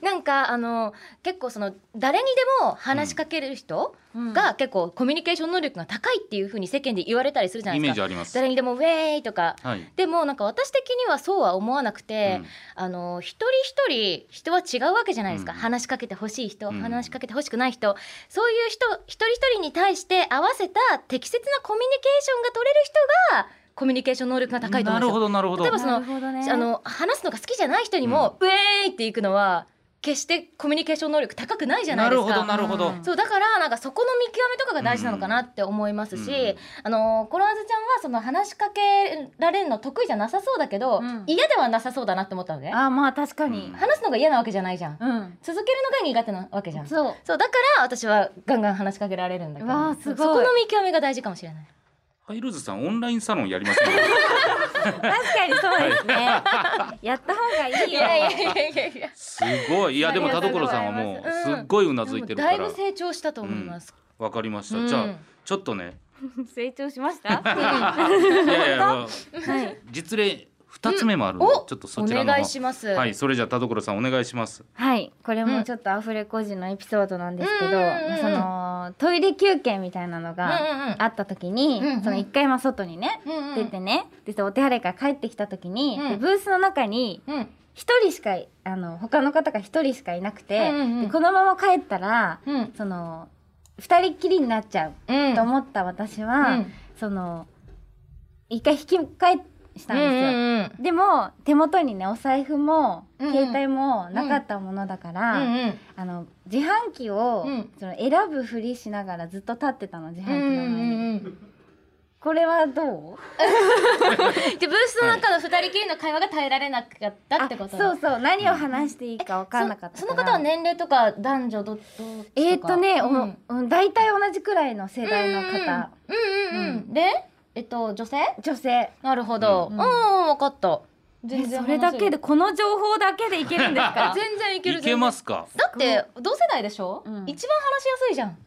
[SPEAKER 2] う
[SPEAKER 5] なんかあの結構その誰にでも話しかける人が結構コミュニケーション能力が高いっていうふうに世間で言われたりするじゃな
[SPEAKER 2] イ
[SPEAKER 5] い
[SPEAKER 2] メー
[SPEAKER 5] です
[SPEAKER 2] ジ
[SPEAKER 5] か
[SPEAKER 2] あります。
[SPEAKER 5] 誰にでもウェーイとか
[SPEAKER 2] はい。
[SPEAKER 5] でもなんか私的にはそうは思わなくて、あの一人一人人は違うわけじゃないですか、
[SPEAKER 2] うん
[SPEAKER 5] 話しかけてほしい人、
[SPEAKER 2] うん
[SPEAKER 5] 話しかけてほしくない人そういう人一人一人に対して合わせた適切なコミュニケーションが取れる人がコミュニケーション能力が高いと
[SPEAKER 2] な
[SPEAKER 5] 思
[SPEAKER 2] る
[SPEAKER 5] うん
[SPEAKER 2] ほ
[SPEAKER 5] で
[SPEAKER 2] どなるほど。
[SPEAKER 5] 例えば
[SPEAKER 1] なるほどね
[SPEAKER 5] すよ。あの話すのが好きじゃない人にも、ウェーイっていくのは決してコミュニケーション能力高くないじゃない
[SPEAKER 2] な
[SPEAKER 5] で
[SPEAKER 2] る
[SPEAKER 5] す
[SPEAKER 2] ほどな
[SPEAKER 5] か。
[SPEAKER 2] るほど
[SPEAKER 1] う。ん
[SPEAKER 5] そうだからなんかそこの見極めとかが大事なのかなって思いますし、
[SPEAKER 2] うん
[SPEAKER 5] あのコロワーズちゃんはその話しかけられるの得意じゃなさそうだけど、
[SPEAKER 1] うん
[SPEAKER 5] 嫌ではなさそうだなって思ったのね
[SPEAKER 1] あまあ確かに
[SPEAKER 5] 話すのが嫌なわけじゃないじゃん
[SPEAKER 1] うん
[SPEAKER 5] 続けるのが苦手なわけじゃんそう
[SPEAKER 1] そう
[SPEAKER 5] だから私はガンガン話しかけられるんだけど
[SPEAKER 1] わあすごい
[SPEAKER 5] そこの見極めが大事かもしれない
[SPEAKER 2] ハイルーズさんオンラインサロンやりませんか。
[SPEAKER 1] 確かにそう ですねやった方がいい
[SPEAKER 5] い
[SPEAKER 1] よ
[SPEAKER 5] やいやいやいやいや
[SPEAKER 2] すごい。いやでも
[SPEAKER 1] あり
[SPEAKER 2] 田
[SPEAKER 1] がとうご
[SPEAKER 2] 所さ
[SPEAKER 1] ざ
[SPEAKER 2] んはい
[SPEAKER 1] ます
[SPEAKER 2] もうすっごいうなずいてるか
[SPEAKER 5] で
[SPEAKER 2] ら
[SPEAKER 5] もだいぶ成長したと思います、
[SPEAKER 2] わかりまし
[SPEAKER 5] う
[SPEAKER 2] た。
[SPEAKER 5] ん
[SPEAKER 2] じゃあちょっと ね。
[SPEAKER 1] 成長しました
[SPEAKER 2] いやいや
[SPEAKER 1] は
[SPEAKER 2] もう
[SPEAKER 1] い
[SPEAKER 2] 実例二つ目もあるんで
[SPEAKER 5] お
[SPEAKER 2] ちょっとそちら
[SPEAKER 5] お
[SPEAKER 2] の
[SPEAKER 5] 願いし
[SPEAKER 2] 方。
[SPEAKER 5] ます、
[SPEAKER 2] はい。それじゃあ田所さんお願いします。
[SPEAKER 1] はい、これ
[SPEAKER 5] うん
[SPEAKER 1] もちょっとアフレコ時のエピソードなんですけど、
[SPEAKER 5] うんうんうんうん
[SPEAKER 1] まあそのトイレ休憩みたいなの
[SPEAKER 5] う
[SPEAKER 1] が
[SPEAKER 5] んうんうん
[SPEAKER 1] あった時に、
[SPEAKER 5] うんうん
[SPEAKER 1] その一回まあ外にね、
[SPEAKER 5] うんうん
[SPEAKER 1] 出てねでお手洗いから帰ってきた時に、
[SPEAKER 5] うん
[SPEAKER 1] でブースの中に
[SPEAKER 5] うん
[SPEAKER 1] 一人しかいあの他の方が一人しかいなくて、
[SPEAKER 5] うんうんうん
[SPEAKER 1] でこのまま帰ったら
[SPEAKER 5] うん
[SPEAKER 1] その二人っきりになっちゃう
[SPEAKER 5] うん
[SPEAKER 1] と思った私は、
[SPEAKER 5] うん
[SPEAKER 1] その一回引き返したんですよ。
[SPEAKER 5] うんうん
[SPEAKER 1] でも手元にねお財布も
[SPEAKER 5] うんうん
[SPEAKER 1] 携帯もなかったものだから、
[SPEAKER 5] うんうん
[SPEAKER 1] あの自販機を、
[SPEAKER 5] うん
[SPEAKER 1] その選ぶふりしながらずっと立ってたの自販機
[SPEAKER 5] う
[SPEAKER 1] の
[SPEAKER 5] ん
[SPEAKER 1] 前に、
[SPEAKER 5] うんうん
[SPEAKER 1] これはどう
[SPEAKER 5] でブースの中の二人きりの会話が耐えられなかったってこと
[SPEAKER 1] あそうそう何を話していいか分かんなかった
[SPEAKER 5] そ
[SPEAKER 1] から
[SPEAKER 5] その方は年齢とか男女どどどっちとか
[SPEAKER 1] えーっとね、
[SPEAKER 5] うん、
[SPEAKER 1] お
[SPEAKER 5] うん
[SPEAKER 1] うん大体同じくらいの世代の方、
[SPEAKER 5] うんうん、
[SPEAKER 1] う
[SPEAKER 5] でえっと女性
[SPEAKER 1] 女性
[SPEAKER 5] なるほど、う、
[SPEAKER 1] うんん
[SPEAKER 5] うん分かった
[SPEAKER 1] え
[SPEAKER 5] 全然
[SPEAKER 1] それだけでこの情報だけでいけるんです
[SPEAKER 5] 話
[SPEAKER 1] か
[SPEAKER 5] せ る全然いける
[SPEAKER 2] いけますか。
[SPEAKER 5] 全然だって同世代でしょ、
[SPEAKER 1] うん
[SPEAKER 5] 一番話しやすいじゃん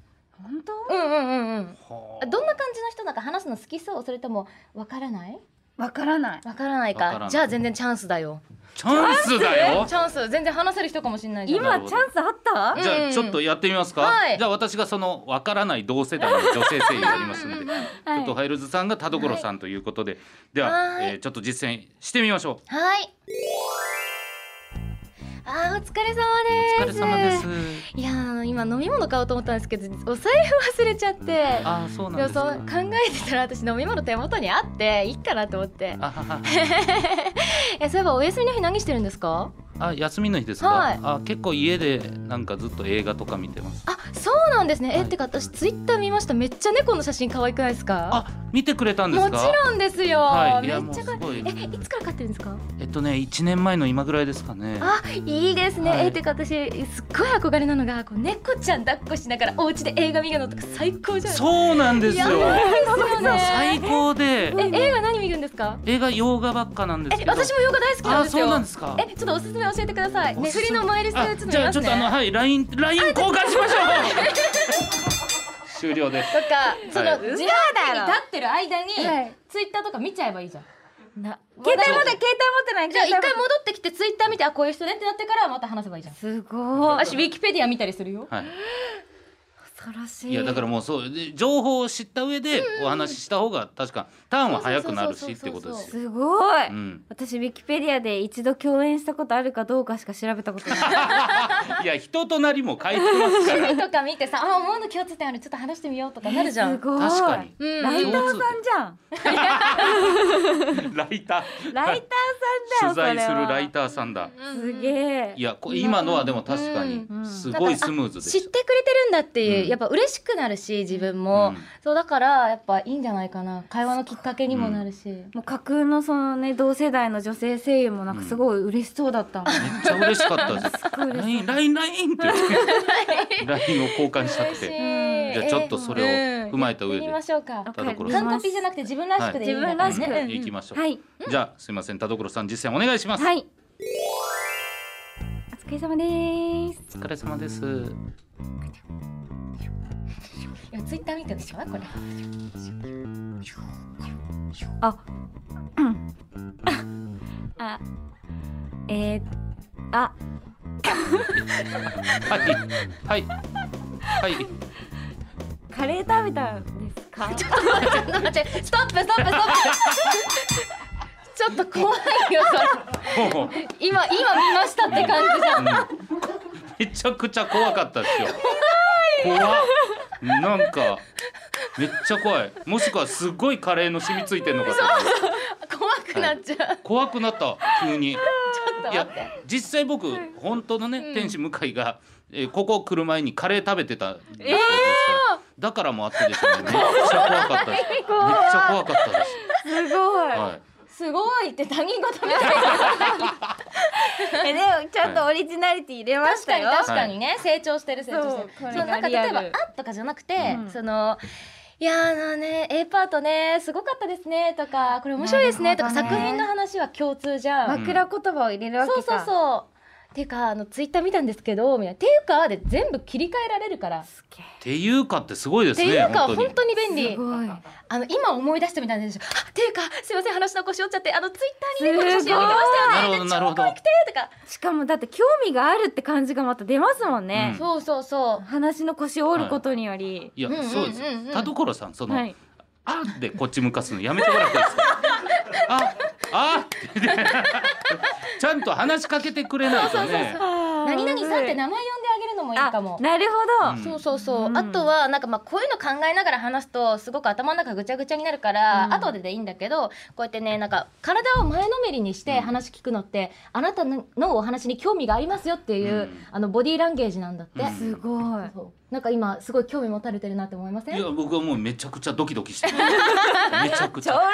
[SPEAKER 1] 本当
[SPEAKER 5] うんうんうんうん
[SPEAKER 2] は
[SPEAKER 5] あ
[SPEAKER 2] あ
[SPEAKER 5] どんな感じの人だか話すの好きそうそれともわからない
[SPEAKER 1] わからない
[SPEAKER 5] わからない
[SPEAKER 2] わ
[SPEAKER 5] か
[SPEAKER 2] からない
[SPEAKER 5] じゃあ全然チャンスだよ
[SPEAKER 2] チャンスだよ
[SPEAKER 5] チ。ャンス全然話せる人かもしれないじゃん
[SPEAKER 2] な
[SPEAKER 1] 今
[SPEAKER 2] るほど
[SPEAKER 1] チャンスあった、
[SPEAKER 2] じゃあちょっとやってみますか
[SPEAKER 5] は。い
[SPEAKER 2] じゃあ私がそのわからない同世代の女性声優やりますので、ちょっとハイルーズさんが田所さんということで、では
[SPEAKER 5] はい
[SPEAKER 2] えーちょっと実践してみましょう。
[SPEAKER 5] はい。あーお疲れ
[SPEAKER 2] お疲れ
[SPEAKER 5] 様です。
[SPEAKER 2] 様です。
[SPEAKER 5] いやーあの今飲み物買おうと思ったんですけどお財布忘れちゃって。
[SPEAKER 2] ああ、そうなんで
[SPEAKER 5] でも
[SPEAKER 2] す
[SPEAKER 5] そ
[SPEAKER 2] か
[SPEAKER 5] う。考えてたら私飲み物手元にあ っていいかなと思って
[SPEAKER 2] あはは
[SPEAKER 5] えそういえばお休みの日何してるんですか
[SPEAKER 2] あ休みの日ですか、
[SPEAKER 5] はい
[SPEAKER 2] あ結構家でなんかずっと映画とか見てます
[SPEAKER 5] あそうなんですねえ
[SPEAKER 2] はい
[SPEAKER 5] ってか私ツイッター見ましためっちゃ猫の写真可愛くないですか
[SPEAKER 2] あ見てくれたんです
[SPEAKER 5] も
[SPEAKER 2] か
[SPEAKER 5] ちろんですよ、
[SPEAKER 2] はいい
[SPEAKER 5] め
[SPEAKER 2] や
[SPEAKER 5] っちゃ可
[SPEAKER 2] もう
[SPEAKER 5] 愛
[SPEAKER 2] す
[SPEAKER 5] い
[SPEAKER 2] ごい
[SPEAKER 5] えいつから飼ってるんですか
[SPEAKER 2] えっとね1年前の今ぐらいですかね
[SPEAKER 5] あいいですね、
[SPEAKER 2] はい
[SPEAKER 5] えってか私すっごい憧れなのがこう猫ちゃん抱っこしながらお家で映画見るのとか最高じゃない
[SPEAKER 2] そうなんですよ
[SPEAKER 5] やばいですよ
[SPEAKER 2] もう
[SPEAKER 5] ね
[SPEAKER 2] 最高で
[SPEAKER 5] え映画何見るんですか
[SPEAKER 2] 映画洋画ばっかなんです
[SPEAKER 5] え
[SPEAKER 2] けど
[SPEAKER 5] 私もヨガ大好きなん
[SPEAKER 2] あ
[SPEAKER 5] です
[SPEAKER 2] そう
[SPEAKER 5] よ
[SPEAKER 2] なんですか
[SPEAKER 5] えちょっとおすすめ教えてください
[SPEAKER 2] お
[SPEAKER 5] ね
[SPEAKER 2] すす
[SPEAKER 5] 振
[SPEAKER 2] め
[SPEAKER 5] りの前リスちょっ
[SPEAKER 2] あ
[SPEAKER 5] と見
[SPEAKER 2] じゃあ
[SPEAKER 5] ま
[SPEAKER 2] ち
[SPEAKER 5] す
[SPEAKER 2] ょっ
[SPEAKER 5] ね
[SPEAKER 2] とあのはい LINE ライン交換しましょう終了です
[SPEAKER 5] とかその、
[SPEAKER 2] はい
[SPEAKER 5] 自販機に立ってる間に、
[SPEAKER 6] はい
[SPEAKER 5] ツイッターとか見ちゃえばいいじゃん
[SPEAKER 1] な
[SPEAKER 6] 携帯持って携帯持ってない
[SPEAKER 5] じゃあ一回戻
[SPEAKER 6] 携帯持っ
[SPEAKER 5] ってきてツイッター見てあこういう人ねってなってからまた話せばいいじゃん
[SPEAKER 1] すごい
[SPEAKER 5] 私ウィキペディア見たりするよ
[SPEAKER 2] はい
[SPEAKER 1] 恐ろしい
[SPEAKER 2] いやだからもうそうで情報を知った上でお話しした方が確かターンは早くなるしってことですよ。
[SPEAKER 1] すごい、
[SPEAKER 2] うん、
[SPEAKER 1] 私ウィキペディアで一度共演したことあるかどうかしか調べたことない
[SPEAKER 2] いや人となりも書いてますから
[SPEAKER 5] 趣味とか見てさあ思うの共通点 あるちょっと話してみようとかなるじゃん、
[SPEAKER 1] すごい
[SPEAKER 2] 確かに。
[SPEAKER 5] うん
[SPEAKER 1] ライターさんじゃん
[SPEAKER 2] ライ ター
[SPEAKER 1] ライターさ
[SPEAKER 2] 取
[SPEAKER 1] んだよ
[SPEAKER 2] 材す
[SPEAKER 1] それ
[SPEAKER 2] る
[SPEAKER 1] は
[SPEAKER 2] ライターさんだ。
[SPEAKER 1] すげえ
[SPEAKER 2] いやこ今のはでも確かに
[SPEAKER 1] うん
[SPEAKER 2] すごいスムーズで
[SPEAKER 5] 知って
[SPEAKER 2] し
[SPEAKER 5] くれてるんだっていう、
[SPEAKER 2] うん
[SPEAKER 5] やっぱ嬉しくなるし自
[SPEAKER 2] た。
[SPEAKER 5] 分も、
[SPEAKER 2] うん
[SPEAKER 5] そうだからやっぱいいんじゃないかな会話のきっかけにもなるし、
[SPEAKER 1] もう架空のそのね同世代の女性声優もなんかすごい嬉しそうだったもん、
[SPEAKER 2] めっちゃ嬉しかったです。
[SPEAKER 1] ごい嬉しい
[SPEAKER 2] ラインラインラインって言ってラインを交換したく
[SPEAKER 5] 嬉しい
[SPEAKER 2] て。じゃあちょっとそれを踏まえた上で
[SPEAKER 5] やってみましょうか
[SPEAKER 2] 田所
[SPEAKER 1] わ
[SPEAKER 2] さ
[SPEAKER 1] かり
[SPEAKER 5] 完
[SPEAKER 1] ま
[SPEAKER 5] コ
[SPEAKER 1] す
[SPEAKER 5] ピじゃなくて自分らしくでいいんだね、
[SPEAKER 1] はい自分らしく
[SPEAKER 2] 行きましょう。
[SPEAKER 1] はい
[SPEAKER 2] じゃあすいません田所さん実践お願いします。
[SPEAKER 1] はいお疲れ様です
[SPEAKER 2] お疲れ様です。
[SPEAKER 5] いやツイッター見てるでしょこれ
[SPEAKER 1] あえー、あ
[SPEAKER 2] はい。はい。はい。
[SPEAKER 1] カレー食べたんですか
[SPEAKER 5] ちょっと待ってストップストップストップちょっと怖いよ
[SPEAKER 2] もう
[SPEAKER 5] それ今今見ましたって感じじゃん
[SPEAKER 2] めちゃくちゃ怖かったですよ。怖い。なんか。めっちゃ怖い。もしくはすごいカレーの染みついてんのかと思った
[SPEAKER 5] 怖くなっちゃう、
[SPEAKER 2] 怖くなった。急に。い
[SPEAKER 5] ちょっと
[SPEAKER 2] や
[SPEAKER 5] 待って、
[SPEAKER 2] 実際僕、本当のね、天使向井が。えーここ来る前にカレー食べてたんですよ。だからもあってでしょうね。めっちゃ怖かったです。めっちゃ怖かったです。
[SPEAKER 1] すごい、
[SPEAKER 2] はい。
[SPEAKER 5] すごいって他人事みたいな
[SPEAKER 6] えでもちゃんとオリジナリティ入れま
[SPEAKER 5] 確
[SPEAKER 6] した
[SPEAKER 5] かに
[SPEAKER 6] よ
[SPEAKER 5] 確かにね、成長してる成長し
[SPEAKER 6] そ
[SPEAKER 5] てる
[SPEAKER 6] うこれ
[SPEAKER 5] そうな
[SPEAKER 6] が
[SPEAKER 5] んか例
[SPEAKER 6] リアル
[SPEAKER 5] えば「あ」とかじゃなくて、
[SPEAKER 1] うん
[SPEAKER 5] その「いやーあのね A パートねすごかったですね」とか「これ面白いですね」とか
[SPEAKER 1] なるほ
[SPEAKER 5] 作
[SPEAKER 1] どね
[SPEAKER 5] 品の話は共通じゃん。
[SPEAKER 6] 枕言葉を入れるわけ
[SPEAKER 5] そ
[SPEAKER 6] か
[SPEAKER 5] うそうそうっていうかあのツイッター見たんですけどみたいな「っていうか」で全部切り替えられるから。っ
[SPEAKER 2] っていうかってすごいです
[SPEAKER 5] て
[SPEAKER 2] ね。
[SPEAKER 5] いうか
[SPEAKER 2] 本当に
[SPEAKER 5] 本。当に便利
[SPEAKER 1] すごい
[SPEAKER 5] あの今思い出したみたいなんですよあっていうかすいません話の腰折っちゃってあのツイッターにねこの写真上げてまし
[SPEAKER 2] すごいな
[SPEAKER 5] たよね
[SPEAKER 2] るほどなるほど
[SPEAKER 5] 可愛くてとか、
[SPEAKER 1] しかもだって興味があるって感じがまた出ますもんね、
[SPEAKER 5] そうそうそう
[SPEAKER 1] 話の腰を折ることにより、
[SPEAKER 2] いや、
[SPEAKER 5] うんうんうんうん
[SPEAKER 2] そうです。田所さん、その。
[SPEAKER 1] はい
[SPEAKER 2] あでこっち向かすのやめてもらっていい ですか。あ、あってね、ちゃんと話しかけてくれないとね。
[SPEAKER 5] 何
[SPEAKER 1] 何
[SPEAKER 5] 々さんって名前呼んであげるのもいいかも
[SPEAKER 1] あなるほど、
[SPEAKER 2] うん
[SPEAKER 5] そうそうそう、
[SPEAKER 1] うん
[SPEAKER 5] あとはなんかまあこういうの考えながら話すとすごく頭の中ぐちゃぐちゃになるから、
[SPEAKER 1] うん
[SPEAKER 5] 後ででいいんだけどこうやってねなんか体を前のめりにして話聞くのって、あなたのお話に興味がありますよっていう、
[SPEAKER 2] うん
[SPEAKER 5] あのボディーランゲージなんだって、
[SPEAKER 2] うん
[SPEAKER 1] すごい
[SPEAKER 5] そうなんか今すごい興味持たれてるなって思いません
[SPEAKER 2] いや僕はもうめちゃくちゃドキドキしてる。 めちゃくち
[SPEAKER 1] ちょ
[SPEAKER 2] ゃ
[SPEAKER 1] ろ。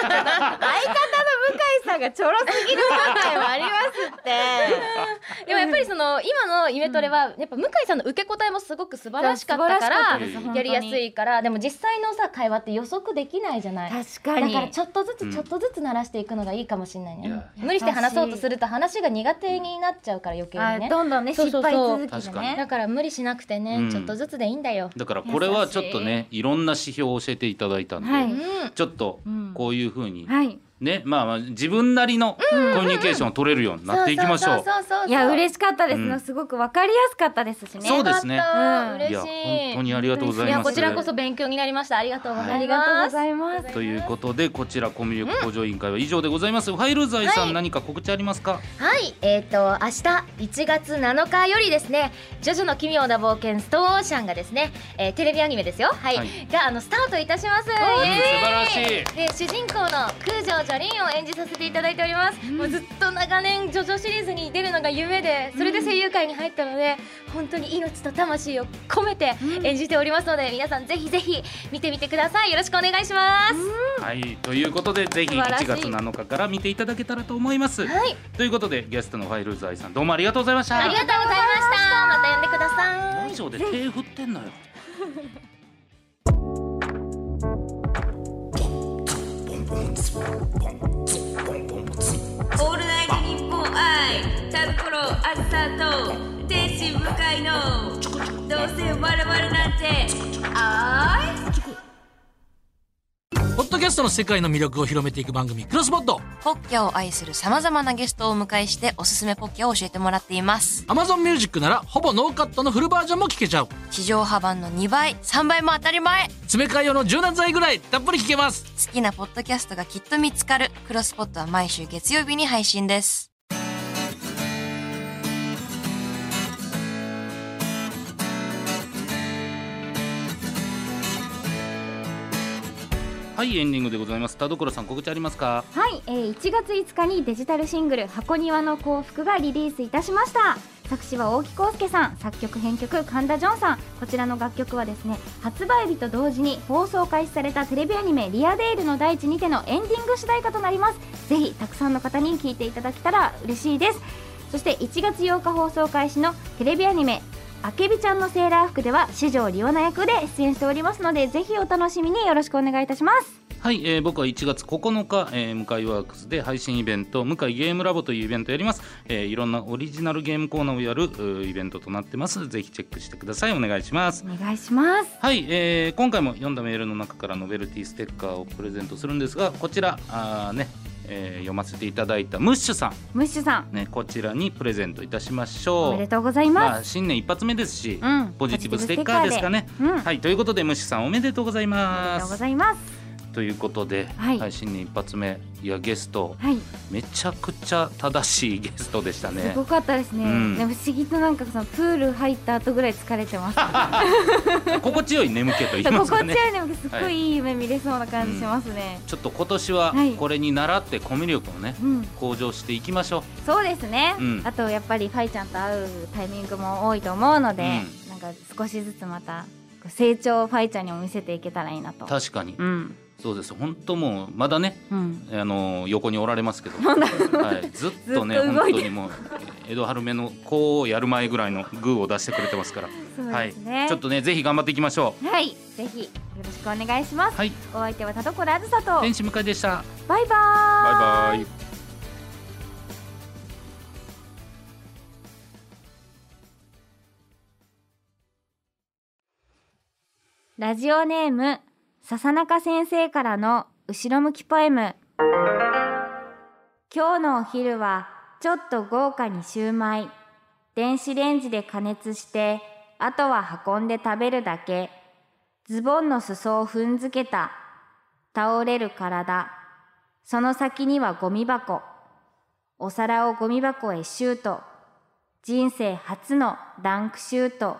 [SPEAKER 1] 相方の向井さんがちょろすぎる問題もありますって
[SPEAKER 5] でもやっぱりその今のイメトレはやっぱ向井さんの受け答えもすごく素晴らしかったから
[SPEAKER 1] 素晴らしかった
[SPEAKER 2] です本当に
[SPEAKER 5] やりやすいからでも実際のさ会話って予測できないじゃない
[SPEAKER 1] 確かに
[SPEAKER 5] だからちょっとず
[SPEAKER 2] う
[SPEAKER 5] つ
[SPEAKER 2] ん
[SPEAKER 5] ちょっとずつ慣らしていくのがいいかもしれないね、
[SPEAKER 2] いや
[SPEAKER 5] 無理して話そうとすると話が苦手になっちゃうから余計
[SPEAKER 1] あ
[SPEAKER 5] にね
[SPEAKER 1] どんどんね
[SPEAKER 5] そうそうそう
[SPEAKER 1] 失敗続きで
[SPEAKER 2] 確
[SPEAKER 1] ね
[SPEAKER 5] だから無理しなくてね、
[SPEAKER 2] うん
[SPEAKER 5] ちょっとずつでいいんだよ
[SPEAKER 2] だからこれはちょっとね、いろんな指標を教えていただいたんで、
[SPEAKER 1] は
[SPEAKER 5] う
[SPEAKER 1] い
[SPEAKER 5] ん
[SPEAKER 2] ちょっと
[SPEAKER 1] うん
[SPEAKER 2] こういう風に
[SPEAKER 1] はい
[SPEAKER 2] ね、まあまあ自分なりのコミュニケーションを取れるようになっていきましょう。
[SPEAKER 5] そうそうそうそう
[SPEAKER 1] いや嬉しかったです、
[SPEAKER 2] うん
[SPEAKER 1] すごくわかりやすかったですしね
[SPEAKER 2] そうですね
[SPEAKER 5] よかった
[SPEAKER 1] うん
[SPEAKER 2] いや
[SPEAKER 5] 嬉しい
[SPEAKER 2] 本当にありがとうござい
[SPEAKER 5] いや
[SPEAKER 2] ます。
[SPEAKER 5] こちらこそ勉強になりましたありがとうござ
[SPEAKER 1] あ
[SPEAKER 5] い
[SPEAKER 1] り
[SPEAKER 5] ます
[SPEAKER 1] がとうございます
[SPEAKER 2] ということでこちらコミュ力向上委員会は以上でございます、ファイル財さん、
[SPEAKER 5] はい
[SPEAKER 2] 何か告知ありますか
[SPEAKER 5] はい、えっ、と明日1月7日よりですね、ジョジョの奇妙な冒険ストーンオーシャンがですね、えーテレビアニメですよ、はい、
[SPEAKER 2] はい
[SPEAKER 5] があのスタートいたします。素
[SPEAKER 2] 素晴らしい
[SPEAKER 5] で主人公の空城カリンを演じさせていただいております、もうずっと長年ジョジョシリーズに出るのが夢でそれで声優界に入ったので、本当に命と魂を込めて演じておりますので、皆さんぜひぜひ見てみてくださいよろしくお願いします、
[SPEAKER 2] はい、ということでぜひ
[SPEAKER 5] 素晴ら
[SPEAKER 2] 1
[SPEAKER 5] しい
[SPEAKER 2] 月7日から見ていただけたらと思います。
[SPEAKER 5] はい
[SPEAKER 2] ということでゲストのファイルーズ愛さんどうもありがとうございました。
[SPEAKER 5] ありがとうございましたまた呼んでください
[SPEAKER 2] ラジオで手振ってんのよ。
[SPEAKER 7] オールナイトニッポン愛タルコロあずさと天使向かいのどうせ我々なんてあーい
[SPEAKER 3] ポッドキャストの世界の魅力を広めていく番組、クロスポット。
[SPEAKER 8] ポッキャを愛する様々なゲストをお迎えしておすすめポッキャを教えてもらっています。
[SPEAKER 3] Amazon Music ならほぼノーカットのフルバージョンも聞けちゃう。
[SPEAKER 8] 地上波版の2倍、3倍も当たり前好
[SPEAKER 3] 詰め替え用の柔軟剤ぐらいたっぷり聞けます。
[SPEAKER 8] きなポッドキャストがきっと見つかる。クロスポットは毎週月曜日に配信です。
[SPEAKER 2] はいエンディングでございます。田所さん告知ありますか。
[SPEAKER 1] はい、えー、1月5日にデジタルシングル「箱庭の幸福」がリリースいたしました作詞は大木康介さん作曲編曲神田ジョンさんこちらの楽曲はですね発売日と同時に放送開始されたテレビアニメ「リアデイルの大地」にてのエンディング主題歌となりますぜひたくさんの方に聴いていただけたら嬉しいですそして1月8日放送開始のテレビアニメ「あけびちゃんのセーラー服」では四条りおな役で出演しておりますのでぜひお楽しみによろしくお願いいたします
[SPEAKER 2] はい、えー僕は1月9日、えー向井ワークスで配信イベント向井ゲームラボというイベントをやります、えーいろんなオリジナルゲームコーナーをやるうーイベントとなってますぜひチェックしてくださいお願いします
[SPEAKER 1] お願いします
[SPEAKER 2] はい、えー今回も読んだメールの中からノベルティステッカーをプレゼントするんですがこちらあーね、えー読ませていただいたムッシュさ
[SPEAKER 1] ムッシュさん
[SPEAKER 2] ん、ね、こちらにプレゼントいたしましょう
[SPEAKER 1] おめでとうございます、
[SPEAKER 2] あ、新年一発目ですし、
[SPEAKER 1] うん
[SPEAKER 2] ポジティブステッカーですかね、
[SPEAKER 1] うん
[SPEAKER 2] はいということでムッシュさんおめでとうござい
[SPEAKER 1] おめ
[SPEAKER 2] ま
[SPEAKER 1] でとうご
[SPEAKER 2] す
[SPEAKER 1] ざいます
[SPEAKER 2] ということで、
[SPEAKER 1] はい
[SPEAKER 2] はい、新年一発目いやゲスト
[SPEAKER 1] はい、
[SPEAKER 2] めちゃくちゃ正しいゲストでしたね
[SPEAKER 1] すごかったですね、
[SPEAKER 2] うん
[SPEAKER 1] でも不思議となんかそのプール入った後ぐらい疲れてます
[SPEAKER 2] 心地よい眠気と言いま
[SPEAKER 1] 心地
[SPEAKER 2] すか
[SPEAKER 1] よ
[SPEAKER 2] ね
[SPEAKER 1] いでもすっごいいい夢見れそうな感じしますね、
[SPEAKER 2] ちょっと今年は
[SPEAKER 1] はい
[SPEAKER 2] これに倣ってコミュ力をね
[SPEAKER 1] うん
[SPEAKER 2] 向上していきましょ
[SPEAKER 1] そうですね、
[SPEAKER 2] うん
[SPEAKER 1] あとやっぱりファイちゃんと会うタイミングも多いと思うので、
[SPEAKER 2] う
[SPEAKER 1] なんか少しずつまたこう成長をファイちゃんにも見せていけたらいいなと
[SPEAKER 2] う確かに、
[SPEAKER 1] うん
[SPEAKER 2] そうです本当もうまだね
[SPEAKER 1] うん
[SPEAKER 2] あの横におられますけど、はい、ずっとね
[SPEAKER 1] ずっと動
[SPEAKER 2] 本
[SPEAKER 1] い
[SPEAKER 2] 当
[SPEAKER 1] て
[SPEAKER 2] にもう江戸春めの子をやる前ぐらいのグーを出してくれてますから、
[SPEAKER 1] そう
[SPEAKER 2] は
[SPEAKER 1] で
[SPEAKER 2] い
[SPEAKER 1] すね、
[SPEAKER 2] ちょっとねぜひ頑張っていきましょ
[SPEAKER 1] はいぜひよろしくお願いしま
[SPEAKER 2] う
[SPEAKER 1] す、
[SPEAKER 2] はい
[SPEAKER 1] お相手は田所あずさと
[SPEAKER 2] 天使向かいでした
[SPEAKER 1] バイバーイ
[SPEAKER 2] バイバイ
[SPEAKER 1] ラジオネーム笹中先生からの後ろ向きポエム今日のお昼はちょっと豪華にシューマイ電子レンジで加熱してあとは運んで食べるだけズボンの裾を踏んづけた倒れる体その先にはゴミ箱お皿をゴミ箱へシュート人生初のダンクシュート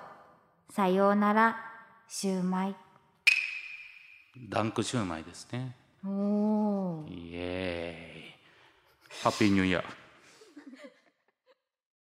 [SPEAKER 1] さようならシューマイ
[SPEAKER 2] ダンクシューマイですね
[SPEAKER 1] おー
[SPEAKER 2] イエーイハッピーニューイヤー